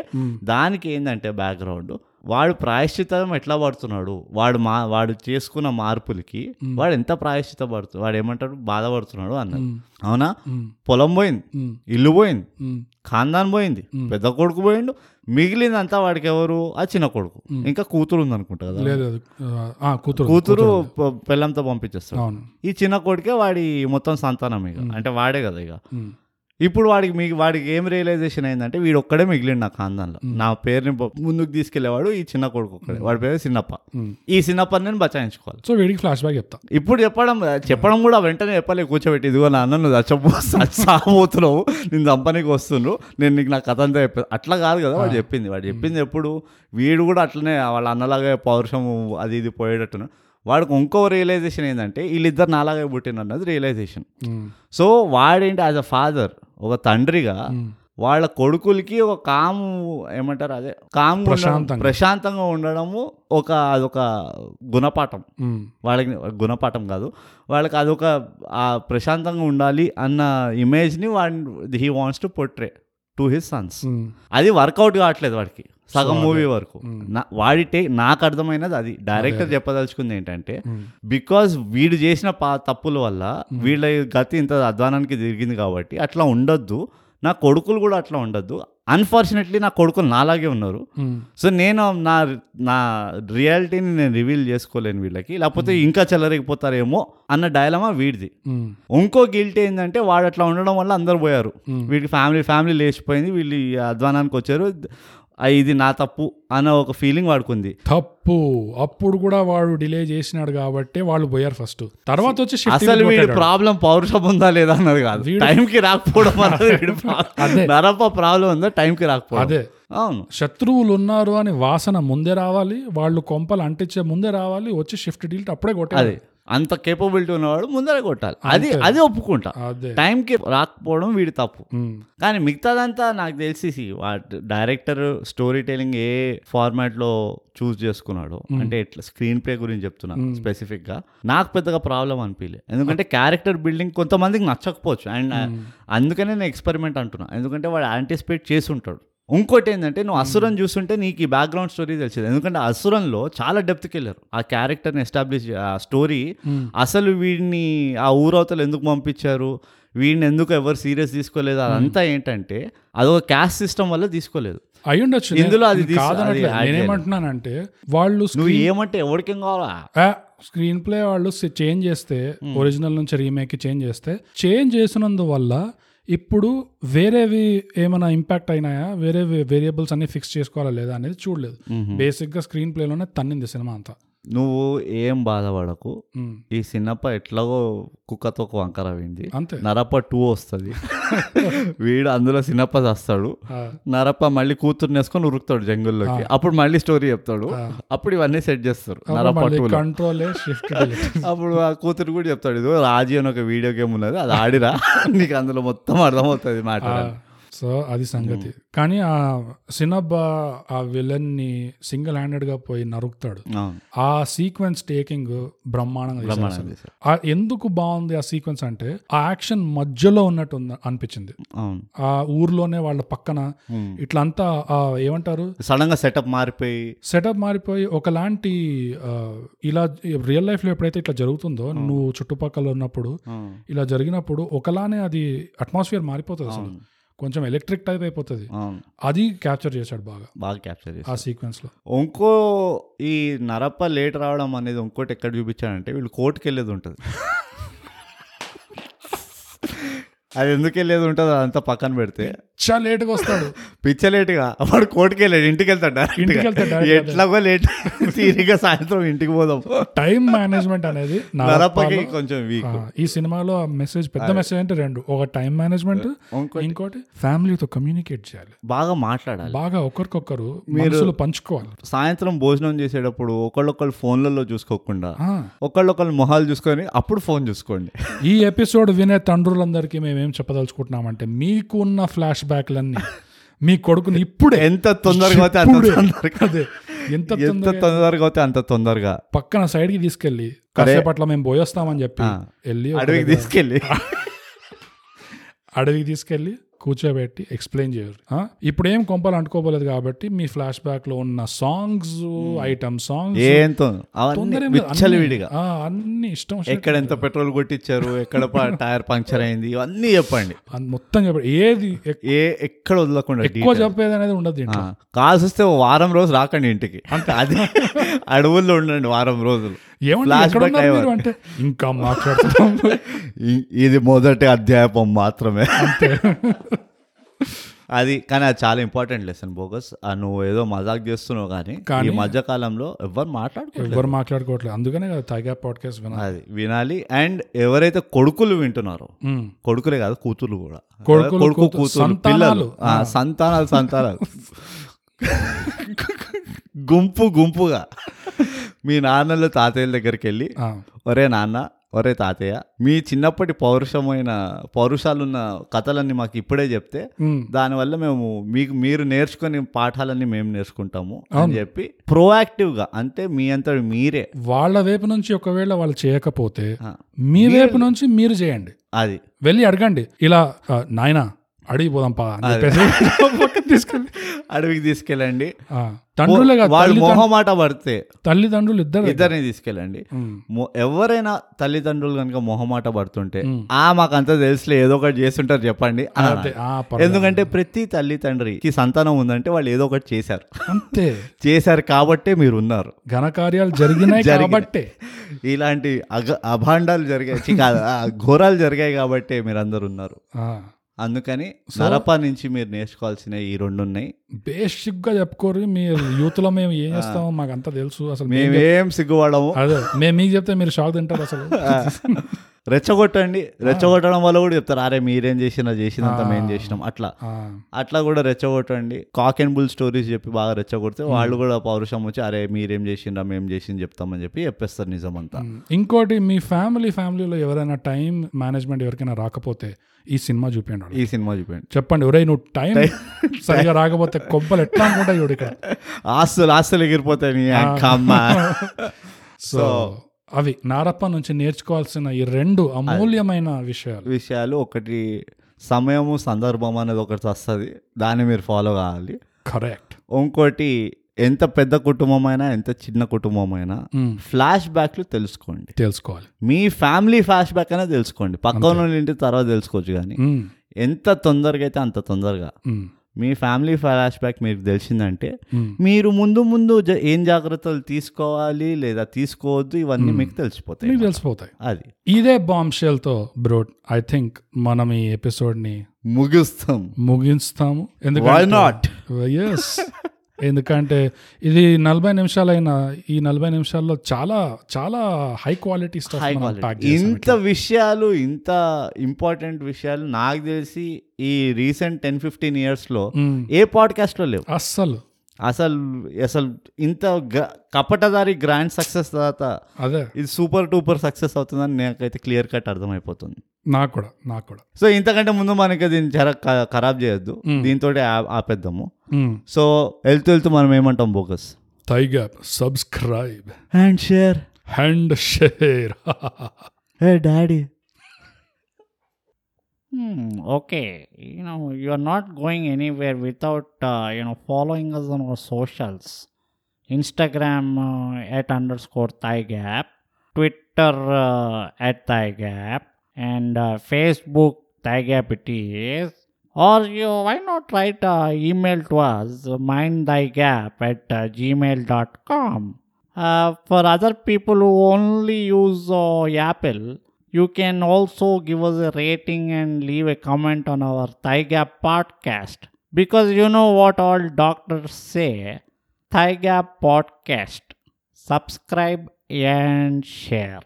Speaker 1: దానికి ఏంటంటే బ్యాక్గ్రౌండ్ వాడు ప్రాయశ్చితం ఎట్లా పడుతున్నాడు వాడు మా వాడు చేసుకున్న మార్పులకి వాడు ఎంత ప్రాయశ్చిత పడుతు వాడు ఏమంటాడు బాధపడుతున్నాడు అన్నది
Speaker 2: ఉమ్,
Speaker 1: అవునా
Speaker 2: ఉమ్,
Speaker 1: పొలం పోయింది
Speaker 2: ఉమ్,
Speaker 1: ఇల్లు పోయింది
Speaker 2: ఉమ్,
Speaker 1: ఖాందాన్ పోయింది పెద్ద కొడుకు పోయిండు మిగిలిందంతా వాడికి ఎవరు ఆ చిన్న కొడుకు
Speaker 2: మ్మ్.
Speaker 1: ఇంకా కూతురు ఉందనుకుంటా కదా
Speaker 2: లేదు లేదు ఆ, ఆ, కూతురు
Speaker 1: కూతురు ప- పెళ్ళంతో పంపించేస్తాడు
Speaker 2: అవును
Speaker 1: ఈ చిన్న కొడుకే వాడి మొత్తం సంతానం ఇక అంటే వాడే కదా ఇక
Speaker 2: ఉమ్,
Speaker 1: ఇప్పుడు వాడికి మీ వాడికి ఏం రియలైజేషన్ అయిందంటే వీడు ఒక్కడే మిగిలిండు నా ఖాందంలో నా పేరుని బ- ముందుకు తీసుకెళ్లేవాడు ఈ చిన్న కొడుకు ఒక్కడే వాడి పేరు సిన్నప్ప
Speaker 2: ఉమ్.
Speaker 1: ఈ సిన్నప్పని నేను బచాయించుకోవాలి
Speaker 2: సో వీడికి ఫ్లాష్ బ్యాక్ చెప్తా
Speaker 1: ఇప్పుడు చెప్పడం చెప్పడం కూడా వెంటనే చెప్పలే కూర్చోబెట్టి ఇదిగో నాన్న నువ్వు చచ్చబో సాబోతున్నావు నేను చంపనీకి వస్తుండ్రు నేను నీకు నా కథ అంతా చెప్పాను అట్లా కాదు కదా వాడు చెప్పింది వాడు చెప్పింది ఎప్పుడు వీడు కూడా అట్లనే వాళ్ళ అన్నలాగే పౌరుషం అది ఇది పోయేటట్టును వాడికి ఇంకో రియలైజేషన్ ఏంటంటే వీళ్ళిద్దరు నాలాగే పుట్టిన అన్నది రియలైజేషన్
Speaker 2: ఉమ్,
Speaker 1: సో వాడేంటి యాజ్ అ ఫాదర్ ఒక తండ్రిగా
Speaker 2: ఉమ్,
Speaker 1: వాళ్ళ కొడుకులకి ఒక కాము ఏమంటారు అదే కాము ఉండడం,
Speaker 2: ప్రశాంతంగా.
Speaker 1: ప్రశాంతంగా ఉండడము ఒక అదొక గుణపాఠం
Speaker 2: ఉమ్,
Speaker 1: వాళ్ళకి గుణపాఠం కాదు వాళ్ళకి అదొక ఆ ప్రశాంతంగా ఉండాలి అన్న ఇమేజ్ని వాడి he wants to portray to his sons
Speaker 2: ఉమ్,
Speaker 1: అది వర్కౌట్ కావట్లేదు వాడికి సగం మూవీ వరకు
Speaker 2: Hmm.
Speaker 1: నా- వాడి టే నాకు అర్థమైనది అది డైరెక్టర్ చెప్పదలుచుకుంది ఏంటంటే
Speaker 2: ఉమ్,
Speaker 1: బికాజ్ వీడు చేసిన పా తప్పుల వల్ల వీళ్ళ గతి ఇంత అధ్వానానికి తిరిగింది కాబట్టి అట్లా ఉండొద్దు నా కొడుకులు కూడా అట్లా ఉండొద్దు అన్ఫార్చునేట్లీ నా కొడుకులు నాలాగే ఉన్నారు
Speaker 2: ఉమ్,
Speaker 1: సో నేను నా నా రియాలిటీని నేను రివీల్ చేసుకోలేను వీళ్ళకి లేకపోతే ఇంకా చెలరేగిపోతారేమో అన్న డైలమా వీడిది
Speaker 2: ఉమ్,
Speaker 1: ఇంకో గిల్ట్ ఏంటంటే వాడు అట్లా ఉండడం వల్ల అందరు పోయారు
Speaker 2: ఉమ్,
Speaker 1: వీడికి ఫ్యామిలీ ఫ్యామిలీ లేచిపోయింది వీళ్ళు ఈ అధ్వానానికి వచ్చారు ఆ, ఇది నా తప్పు అన్న ఒక ఫీలింగ్ వాడుకుంది
Speaker 2: తప్పు అప్పుడు కూడా వాడు డిలే చేసినాడు కాబట్టి వాళ్ళు పోయారు ఫస్ట్ తర్వాత వచ్చి shift
Speaker 1: అసలు
Speaker 2: కి
Speaker 1: వీడి
Speaker 2: కొట్టాడు.
Speaker 1: ప్రాబ్లం పౌరుషం ఉందా లేదా అన్నది కాదు
Speaker 2: వీడు-
Speaker 1: టైంకి
Speaker 2: [LAUGHS]
Speaker 1: రాకపోవడం అన్నది వీడి ప్రాబ్లం నరప ప్రాబ్లం ఉందా టైంకి రాకపోవడం
Speaker 2: అదే
Speaker 1: అవును
Speaker 2: శత్రువులు ఉన్నారు అని వాసన ముందే రావాలి వాళ్ళు కొంపలు అంటించే ముందే రావాలి వచ్చి షిఫ్ట్ డీల్ అప్పుడే కొట్టాలి
Speaker 1: అదే అంత కేపబిలిటీ ఉన్నవాడు ముందరే కొట్టాలి అది
Speaker 2: అంతే.
Speaker 1: అది ఒప్పుకుంటా
Speaker 2: అదే
Speaker 1: టైంకి రాకపోవడం వీడి తప్పు
Speaker 2: ఉమ్,
Speaker 1: కానీ మిగతాదంతా నాకు తెలిసి డైరెక్టర్ స్టోరీ టెలింగ్ ఏ ఫార్మాట్లో చూస్ చేసుకున్నాడో అంటే ఇట్లా స్క్రీన్ ప్లే గురించి చెప్తున్నా స్పెసిఫిక్గా నాకు పెద్దగా ప్రాబ్లం అనిపించలే ఎందుకంటే క్యారెక్టర్ బిల్డింగ్ కొంతమందికి నచ్చకపోవచ్చు అండ్ అందుకనే నేను ఎక్స్పెరిమెంట్ అంటున్నా ఎందుకంటే వాడు యాంటిసిపేట్ చేసి ఉంటాడు ఇంకోటి ఏంటంటే నువ్వు అసురం చూస్తుంటే నీకు ఈ బ్యాక్గ్రౌండ్ స్టోరీ తెలిసేది ఎందుకంటే అసురంలో చాలా డెప్త్కి వెళ్ళారు ఆ క్యారెక్టర్ని ఎస్టాబ్లిష్ ఆ స్టోరీ
Speaker 2: ఉమ్,
Speaker 1: అసలు వీడిని ఆ ఊరవతలు ఎందుకు పంపించారు వీడిని ఎందుకు ఎవరు సీరియస్ తీసుకోలేదు అదంతా ఏంటంటే అదొక క్యాస్ట్ సిస్టమ్ వల్ల తీసుకోలేదు
Speaker 2: అయి ఉండొచ్చు
Speaker 1: ఇందులో అది
Speaker 2: నేను
Speaker 1: తీసు-
Speaker 2: కాదనట్లేదు.
Speaker 1: అది add
Speaker 2: నేనేమంటున్నానంటే వాళ్ళు
Speaker 1: నువ్వు ఏమంటే ఎవరికేం కావాలా
Speaker 2: స్క్రీన్ ప్లే వాళ్ళు చేంజ్ చేస్తే ఒరిజినల్ నుంచి రీమేక్ చేంజ్ చేస్తే చేంజ్ చేసినందువల్ల ఇప్పుడు వేరేవి ఏమైనా ఇంపాక్ట్ అయినాయా వేరే వేరియబుల్స్ అన్ని ఫిక్స్ చేసుకోవాలా లేదా అనేది చూడలేదు బేసిక్ గా స్క్రీన్ ప్లేలోనే తన్నింది సినిమా అంతా Hmm.
Speaker 1: నువ్వు ఏం బాధపడకు
Speaker 2: ఉమ్,
Speaker 1: ఈ సిన్నప్ప ఎట్లాగో కుక్కతో ఒక వంకర అయింది
Speaker 2: అంతే
Speaker 1: నరప్ప టూ వస్తుంది వీడు అందులో సిన్నప్ప చేస్తాడు
Speaker 2: ఆ,
Speaker 1: నరప్ప మళ్ళీ కూతుర్ని వేసుకొని ఉరుకుతాడు జంగుల్లోకి అప్పుడు మళ్ళీ స్టోరీ చెప్తాడు అప్పుడు ఇవన్నీ సెట్ చేస్తారు నరప్ప
Speaker 2: మళ్ళీ
Speaker 1: టూలో
Speaker 2: కంట్రోల్ షిఫ్ట్
Speaker 1: అప్పుడు ఆ కూతురు కూడా చెప్తాడు ఇదిగో రాజీ అని ఒక వీడియో గేమ్ ఉన్నది అది ఆడిరా [LAUGHS] నీకు అందులో మొత్తం అర్థమవుతుంది మ్యాటర్
Speaker 2: సో అది సంగతి కానీ ఆ సినబ్బ ఆ విలన్ ని సింగిల్ హ్యాండెడ్ గా పోయి నరుకుతాడు ఆ సీక్వెన్స్ టేకింగ్ బ్రహ్మాండంగా తీశారు అసలు.
Speaker 1: బ్రహ్మాండంగా తీశారు.
Speaker 2: ఆ ఎందుకు బాగుంది ఆ సీక్వెన్స్ అంటే ఆ యాక్షన్ మధ్యలో ఉన్నట్టు ఉంది అనిపించింది
Speaker 1: అవును
Speaker 2: ఆ ఊర్లోనే వాళ్ళ పక్కన ఇట్లా అంతా ఆ ఏమంటారు
Speaker 1: సడన్ గా సెటప్ మారిపోయి
Speaker 2: సెటప్ మారిపోయి ఒకలాంటి ఆ, ఇలా రియల్ లైఫ్ లో ఎప్పుడైతే ఇట్లా జరుగుతుందో నువ్వు చుట్టుపక్కల ఉన్నప్పుడు ఇలా జరిగినప్పుడు ఒకలానే అది అట్మాస్ఫియర్ మారిపోతుంది అసలు కొంచెం ఎలక్ట్రిక్ టైప్ అయిపోతుంది
Speaker 1: అవును
Speaker 2: అది క్యాప్చర్ చేశాడు బాగా
Speaker 1: బాగా క్యాప్చర్ చేసి
Speaker 2: ఆ సీక్వెన్స్ లో
Speaker 1: ఇంకో ఈ నరప్ప లేట్ రావడం అనేది ఇంకోటి ఎక్కడ చూపించాడంటే వీళ్ళు కోర్టుకి వెళ్ళేది ఉంటుంది అది ఎందుకు వెళ్ళేది ఉంటుంది అదంతా పక్కన పెడితే
Speaker 2: చాలా లేట్గా వస్తాడు
Speaker 1: పిచ్చలేట్గా వాడు కోర్టుకి వెళ్ళాడు ఇంటికి వెళ్తాడు direct గా.
Speaker 2: ఇంటికి వెళ్తాడు direct గా.
Speaker 1: ఎట్లాగో [LAUGHS] లేట్ తీరిగా సాయంత్రం ఇంటికి పోదాం
Speaker 2: టైం మేనేజ్మెంట్ అనేది
Speaker 1: నరపకి
Speaker 2: నరపాలో-
Speaker 1: కొంచెం వీక్
Speaker 2: ఆ, ఈ సినిమాలో ఆ మెసేజ్ పెద్ద మెసేజ్ అంటే రెండు ఒక టైం మేనేజ్మెంట్
Speaker 1: ఇంకోటి
Speaker 2: ఇంకోటి ఫ్యామిలీతో కమ్యూనికేట్ చేయాలి
Speaker 1: బాగా మాట్లాడాలి
Speaker 2: బాగా ఒకరికొకరు మనసులు పంచుకోవాలి
Speaker 1: సాయంత్రం భోజనం చేసేటప్పుడు ఒకళ్ళొకళ్ళు ఫోన్లలో చూసుకోకుండా
Speaker 2: ఆ,
Speaker 1: ఒకళ్ళొకళ్ళు మొహాలు చూసుకొని అప్పుడు ఫోన్
Speaker 2: [LAUGHS]
Speaker 1: చూసుకోండి
Speaker 2: ఈ ఎపిసోడ్ వినే తండ్రులందరికీ మేమేం చెప్పదలుచుకుంటున్నామంటే మీకు ఉన్న ఫ్లాష్ బ్యాక్లన్నీ మీ కొడుకుని ఇప్పుడే
Speaker 1: ఎంత తొందరగా అయితే అంత
Speaker 2: ఇప్పుడే.
Speaker 1: తొందరగా
Speaker 2: అదే ఎంత
Speaker 1: ఎంత
Speaker 2: తొందరగా
Speaker 1: తొందరగా అయితే అంత తొందరగా
Speaker 2: పక్కన సైడ్ కి తీసుకెళ్ళి కాసేపు అట్లా మేము పోయొస్తామని చెప్పి వెళ్ళి ఒక [LAUGHS]
Speaker 1: అడవికి
Speaker 2: దగ్గర
Speaker 1: తీసుకెళ్ళి
Speaker 2: అడవికి తీసుకెళ్ళి కూర్చోబెట్టి ఎక్స్ప్లెయిన్ చేయరు ఆ, ఇప్పుడు ఏం కొంపలు అంటుకోపోలేదు కాబట్టి మీ ఫ్లాష్ బ్యాక్ లో ఉన్న సాంగ్స్ ఐటమ్ సాంగ్స్
Speaker 1: ఏంతో అవన్నీ విచ్చలవిడిగా
Speaker 2: అన్ని ఇష్టం వచ్చినట్టు
Speaker 1: ఎక్కడ ఎంత పెట్రోల్ కొట్టించారు ఎక్కడ ప- టైర్ పంక్చర్ అయింది ఇవన్నీ చెప్పండి
Speaker 2: అన్- మొత్తం చెప్పండి ఏది ఎక్-
Speaker 1: ఏ ఎక్కడ వదలకుండా
Speaker 2: ఎక్కువ చెప్పేది అనేది ఉండదు దీంట్లో
Speaker 1: కాల్స్ వస్తే ఓ వారం రోజు రాకండి ఇంటికి అంటే
Speaker 2: [LAUGHS]
Speaker 1: అది అడవుల్లో ఉండండి వారం రోజులు
Speaker 2: ఏమంటే
Speaker 1: Flashback
Speaker 2: ఎక్కడ ఉన్నారు మీరు
Speaker 1: అయ్యేవారు.
Speaker 2: అంటే ఇంకా మాట్లాడుతున్నాం
Speaker 1: ఇ- ఇది మొదటి అధ్యాయం మాత్రమే అది కానీ అది చాలా ఇంపార్టెంట్ లెసన్ బోగస్ ఆ, నువ్వు ఏదో మజాక్ చేస్తున్నావు కానీ ఈ మధ్య కాలంలో ఎవ్వరు మాట్లాడుకోవట్లేదు
Speaker 2: ఎవరు మాట్లాడుకోవట్లేదు అందుకనే కదా తైగా పాడ్కాస్ట్ వినాలి
Speaker 1: అది వినాలి అండ్ ఎవరైతే కొడుకులు వింటున్నారో
Speaker 2: ఉమ్.
Speaker 1: కొడుకులే కాదు కూతుర్లు కూడా
Speaker 2: కొడుకులు,
Speaker 1: కొడుకు
Speaker 2: కూతురు-
Speaker 1: కూతురు
Speaker 2: సంతానాలు.
Speaker 1: పిల్లలు ఆ, సంతానాలు
Speaker 2: [LAUGHS]
Speaker 1: సంతానాలు గుంపు గుంపుగా మీ నాన్నలు తాతయ్యల దగ్గరికి వెళ్ళి
Speaker 2: ఆ,
Speaker 1: ఒరే నాన్న ఒరే తాతయ్య మీ చిన్నప్పటి పౌరుషమైన పౌరుషాలున్న కథలన్నీ మాకు ఇప్పుడే చెప్తే
Speaker 2: ఉమ్.
Speaker 1: దానివల్ల మేము మీకు మీరు నేర్చుకునే పాఠాలన్నీ మేము నేర్చుకుంటాము అని చెప్పి ప్రోయాక్టివ్గా అంటే మీ అంత మీరే
Speaker 2: వాళ్ళ వైపు నుంచి ఒకవేళ వాళ్ళు చేయకపోతే
Speaker 1: ఆ.
Speaker 2: మీ వైపు నుంచి మీరు చేయండి [LAUGHS]
Speaker 1: అది
Speaker 2: వెళ్ళి అడగండి ఇలా ఆ, నాయనా అడిగి పోదాం పా అని చెప్పేసి పక్కన తీసుకెళ్ళి
Speaker 1: అడవికి తీసుకెళ్ళండి
Speaker 2: ఆ, తండ్రులే కాదు
Speaker 1: వాళ్ళు
Speaker 2: తల్లి-
Speaker 1: మొహమాట పడితే
Speaker 2: తల్లిదండ్రులు ఇద్దరు
Speaker 1: ఇద్దరిని తీసుకెళ్ళండి
Speaker 2: ఉమ్.
Speaker 1: మొ- ఎవరైనా తల్లిదండ్రులు కనుక మొహమాట పడుతుంటే ఆ మాకంతా తెలుసులే ఏదో ఒకటి చేస్తుంటారు చెప్పండి అని
Speaker 2: అదే,
Speaker 1: అనాలి.
Speaker 2: ఆ, పర్లేదు.
Speaker 1: ఎందుకంటే ప్రతి తల్లి తండ్రికి సంతానం ఉందంటే వాళ్ళు ఏదో ఒకటి చేశారు
Speaker 2: అంతే
Speaker 1: చేశారు కాబట్టే మీరు ఉన్నారు
Speaker 2: ఘనకార్యాలు జరిగినాయి కాబట్టే
Speaker 1: ఇలాంటి అగ అభాండాలు జరిగాయి ఛీ, కాదు, ఆ, ఘోరాలు జరిగాయి కాబట్టే మీరు అందరు ఉన్నారు
Speaker 2: ఆ,
Speaker 1: అందుకని నరప నుంచి మీరు నేర్చుకోవాల్సిన ఈ రెండు ఉన్నాయి
Speaker 2: బేసిక్ గా చెప్పుకోరు మీరు యూత్ లో మేము ఏం చేస్తామో మాకు అంతా తెలుసు అసలు మేము-
Speaker 1: మేమేం సిగ్గుపడము
Speaker 2: అదే మేము మీకు చెప్తే మీరు షాక్ తింటారు అసలు
Speaker 1: రెచ్చగొట్టండి రెచ్చగొట్టడం వల్ల కూడా చెప్తారు అరే మీరేం చేసినా చేసినంత మేము చేసినాం అట్లా
Speaker 2: ఆ,
Speaker 1: అట్లా కూడా రెచ్చగొట్టండి కాక్ అండ్ బుల్ స్టోరీస్ చెప్పి బాగా రెచ్చగొడితే వాళ్ళు కూడా పౌరుషం వచ్చి అరే మీరేం చేసిండ్రా మేము చేసింది చెప్తామని చెప్పి చెప్పేస్తారు నిజం అంతా
Speaker 2: ఉమ్. ఇంకోటి మీ ఫ్యామిలీ ఫ్యామిలీలో ఎవరైనా టైం మేనేజ్మెంట్ ఎవరికైనా రాకపోతే ఈ సినిమా చూపించండి వాళ్ళకి.
Speaker 1: ఈ సినిమా చూపండి
Speaker 2: చెప్పండి ఒరేయ్ నువ్వు టైం సరిగా రాకపోతే కొబ్బలు ఎట్లా అనుకుంటా చూడు ఇక్కడ
Speaker 1: ఆస్తులు ఆస్తులు ఎగిరిపోతాయి నీ యొక్క అమ్మ
Speaker 2: సో అవి నారప్ప నుంచి నేర్చుకోవాల్సిన ఈ రెండు అమూల్యమైన విషయాలు
Speaker 1: విషయాలు ఒకటి సమయము సందర్భం అనేది ఒకటి వస్తుంది దాన్ని మీరు ఫాలో కావాలి
Speaker 2: కరెక్ట్
Speaker 1: ఇంకోటి ఎంత పెద్ద కుటుంబమైనా ఎంత చిన్న కుటుంబమైనా ఫ్లాష్ బ్యాక్లు తెలుసుకోండి
Speaker 2: తెలుసుకోవాలి
Speaker 1: మీ ఫ్యామిలీ ఫ్లాష్ బ్యాక్ అయినా తెలుసుకోండి పక్కన ఇంటి తర్వాత తెలుసుకోవచ్చు కానీ
Speaker 2: ఉమ్,
Speaker 1: ఎంత తొందరగా అయితే అంత తొందరగా
Speaker 2: ఉమ్,
Speaker 1: మీ ఫ్యామిలీ ఫ్లాష్ బ్యాక్ మీకు తెలిసిందంటే
Speaker 2: ఉమ్.
Speaker 1: మీరు ముందు ముందు జ- ఏం జాగ్రత్తలు తీసుకోవాలి లేదా తీసుకోవద్దు ఇవన్నీ మీకు తెలిసిపోతాయి
Speaker 2: మీకు తెలిసిపోతాయి
Speaker 1: అది
Speaker 2: ఇదే బాంబ్ షెల్తో బ్రో ఐ థింక్ మనం ఈ ఎపిసోడ్ ని
Speaker 1: ముగిస్తాం
Speaker 2: ముగిస్తాము
Speaker 1: Why
Speaker 2: ఎందుకంటే
Speaker 1: not?
Speaker 2: ఎస్ ఎందుకంటే ఇది నలభై నిమిషాలైన ఈ నలభై నిమిషాల్లో చాలా చాలా high quality
Speaker 1: High
Speaker 2: pack
Speaker 1: quality. ఇంత విషయాలు ఇంత ఇంపార్టెంట్ విషయాలు నాకు తెలిసి ఈ రీసెంట్ టెన్ ఫిఫ్టీన్ ఇయర్స్ లో ఏ పాడ్కాస్ట్ లో లేవు
Speaker 2: Hmm. అస్సలు
Speaker 1: అసలు అసలు ఇంత గ- కపటదారి గ్రాండ్ సక్సెస్ తర్వాత
Speaker 2: అదే
Speaker 1: ఇది సూపర్ టూపర్ సక్సెస్ అవుతుందని నాకైతే క్లియర్ కట్ అర్థమైపోతుంది
Speaker 2: నాకు కూడా నాకు కూడా
Speaker 1: సో ఇంతకంటే ముందు మనకి దీన్ని జర క- ఖరాబ్ చేయొద్దు దీంతో ఆపేద్దాము
Speaker 2: Hmm.
Speaker 1: సో వెళ్తూ వెళ్తూ మనం ఏమంటాం బోకస్
Speaker 2: tiger subscribe
Speaker 1: and share
Speaker 2: hand [LAUGHS] share
Speaker 1: hey daddy
Speaker 3: Hmm, okay. You know, you are not going anywhere without, uh, you know, following us on our socials. Instagram uh, at underscore thigh gap, Twitter uh, at thigh gap, and uh, Facebook thigh gap it is. Or you, why not write uh, email to us, mind thy gap at uh, gmail.com. Uh, for other people who only use uh, Apple, you can also give us a rating and leave a comment on our Thigh Gap podcast. Because you know what all doctors say Thigh Gap podcast. Subscribe and share.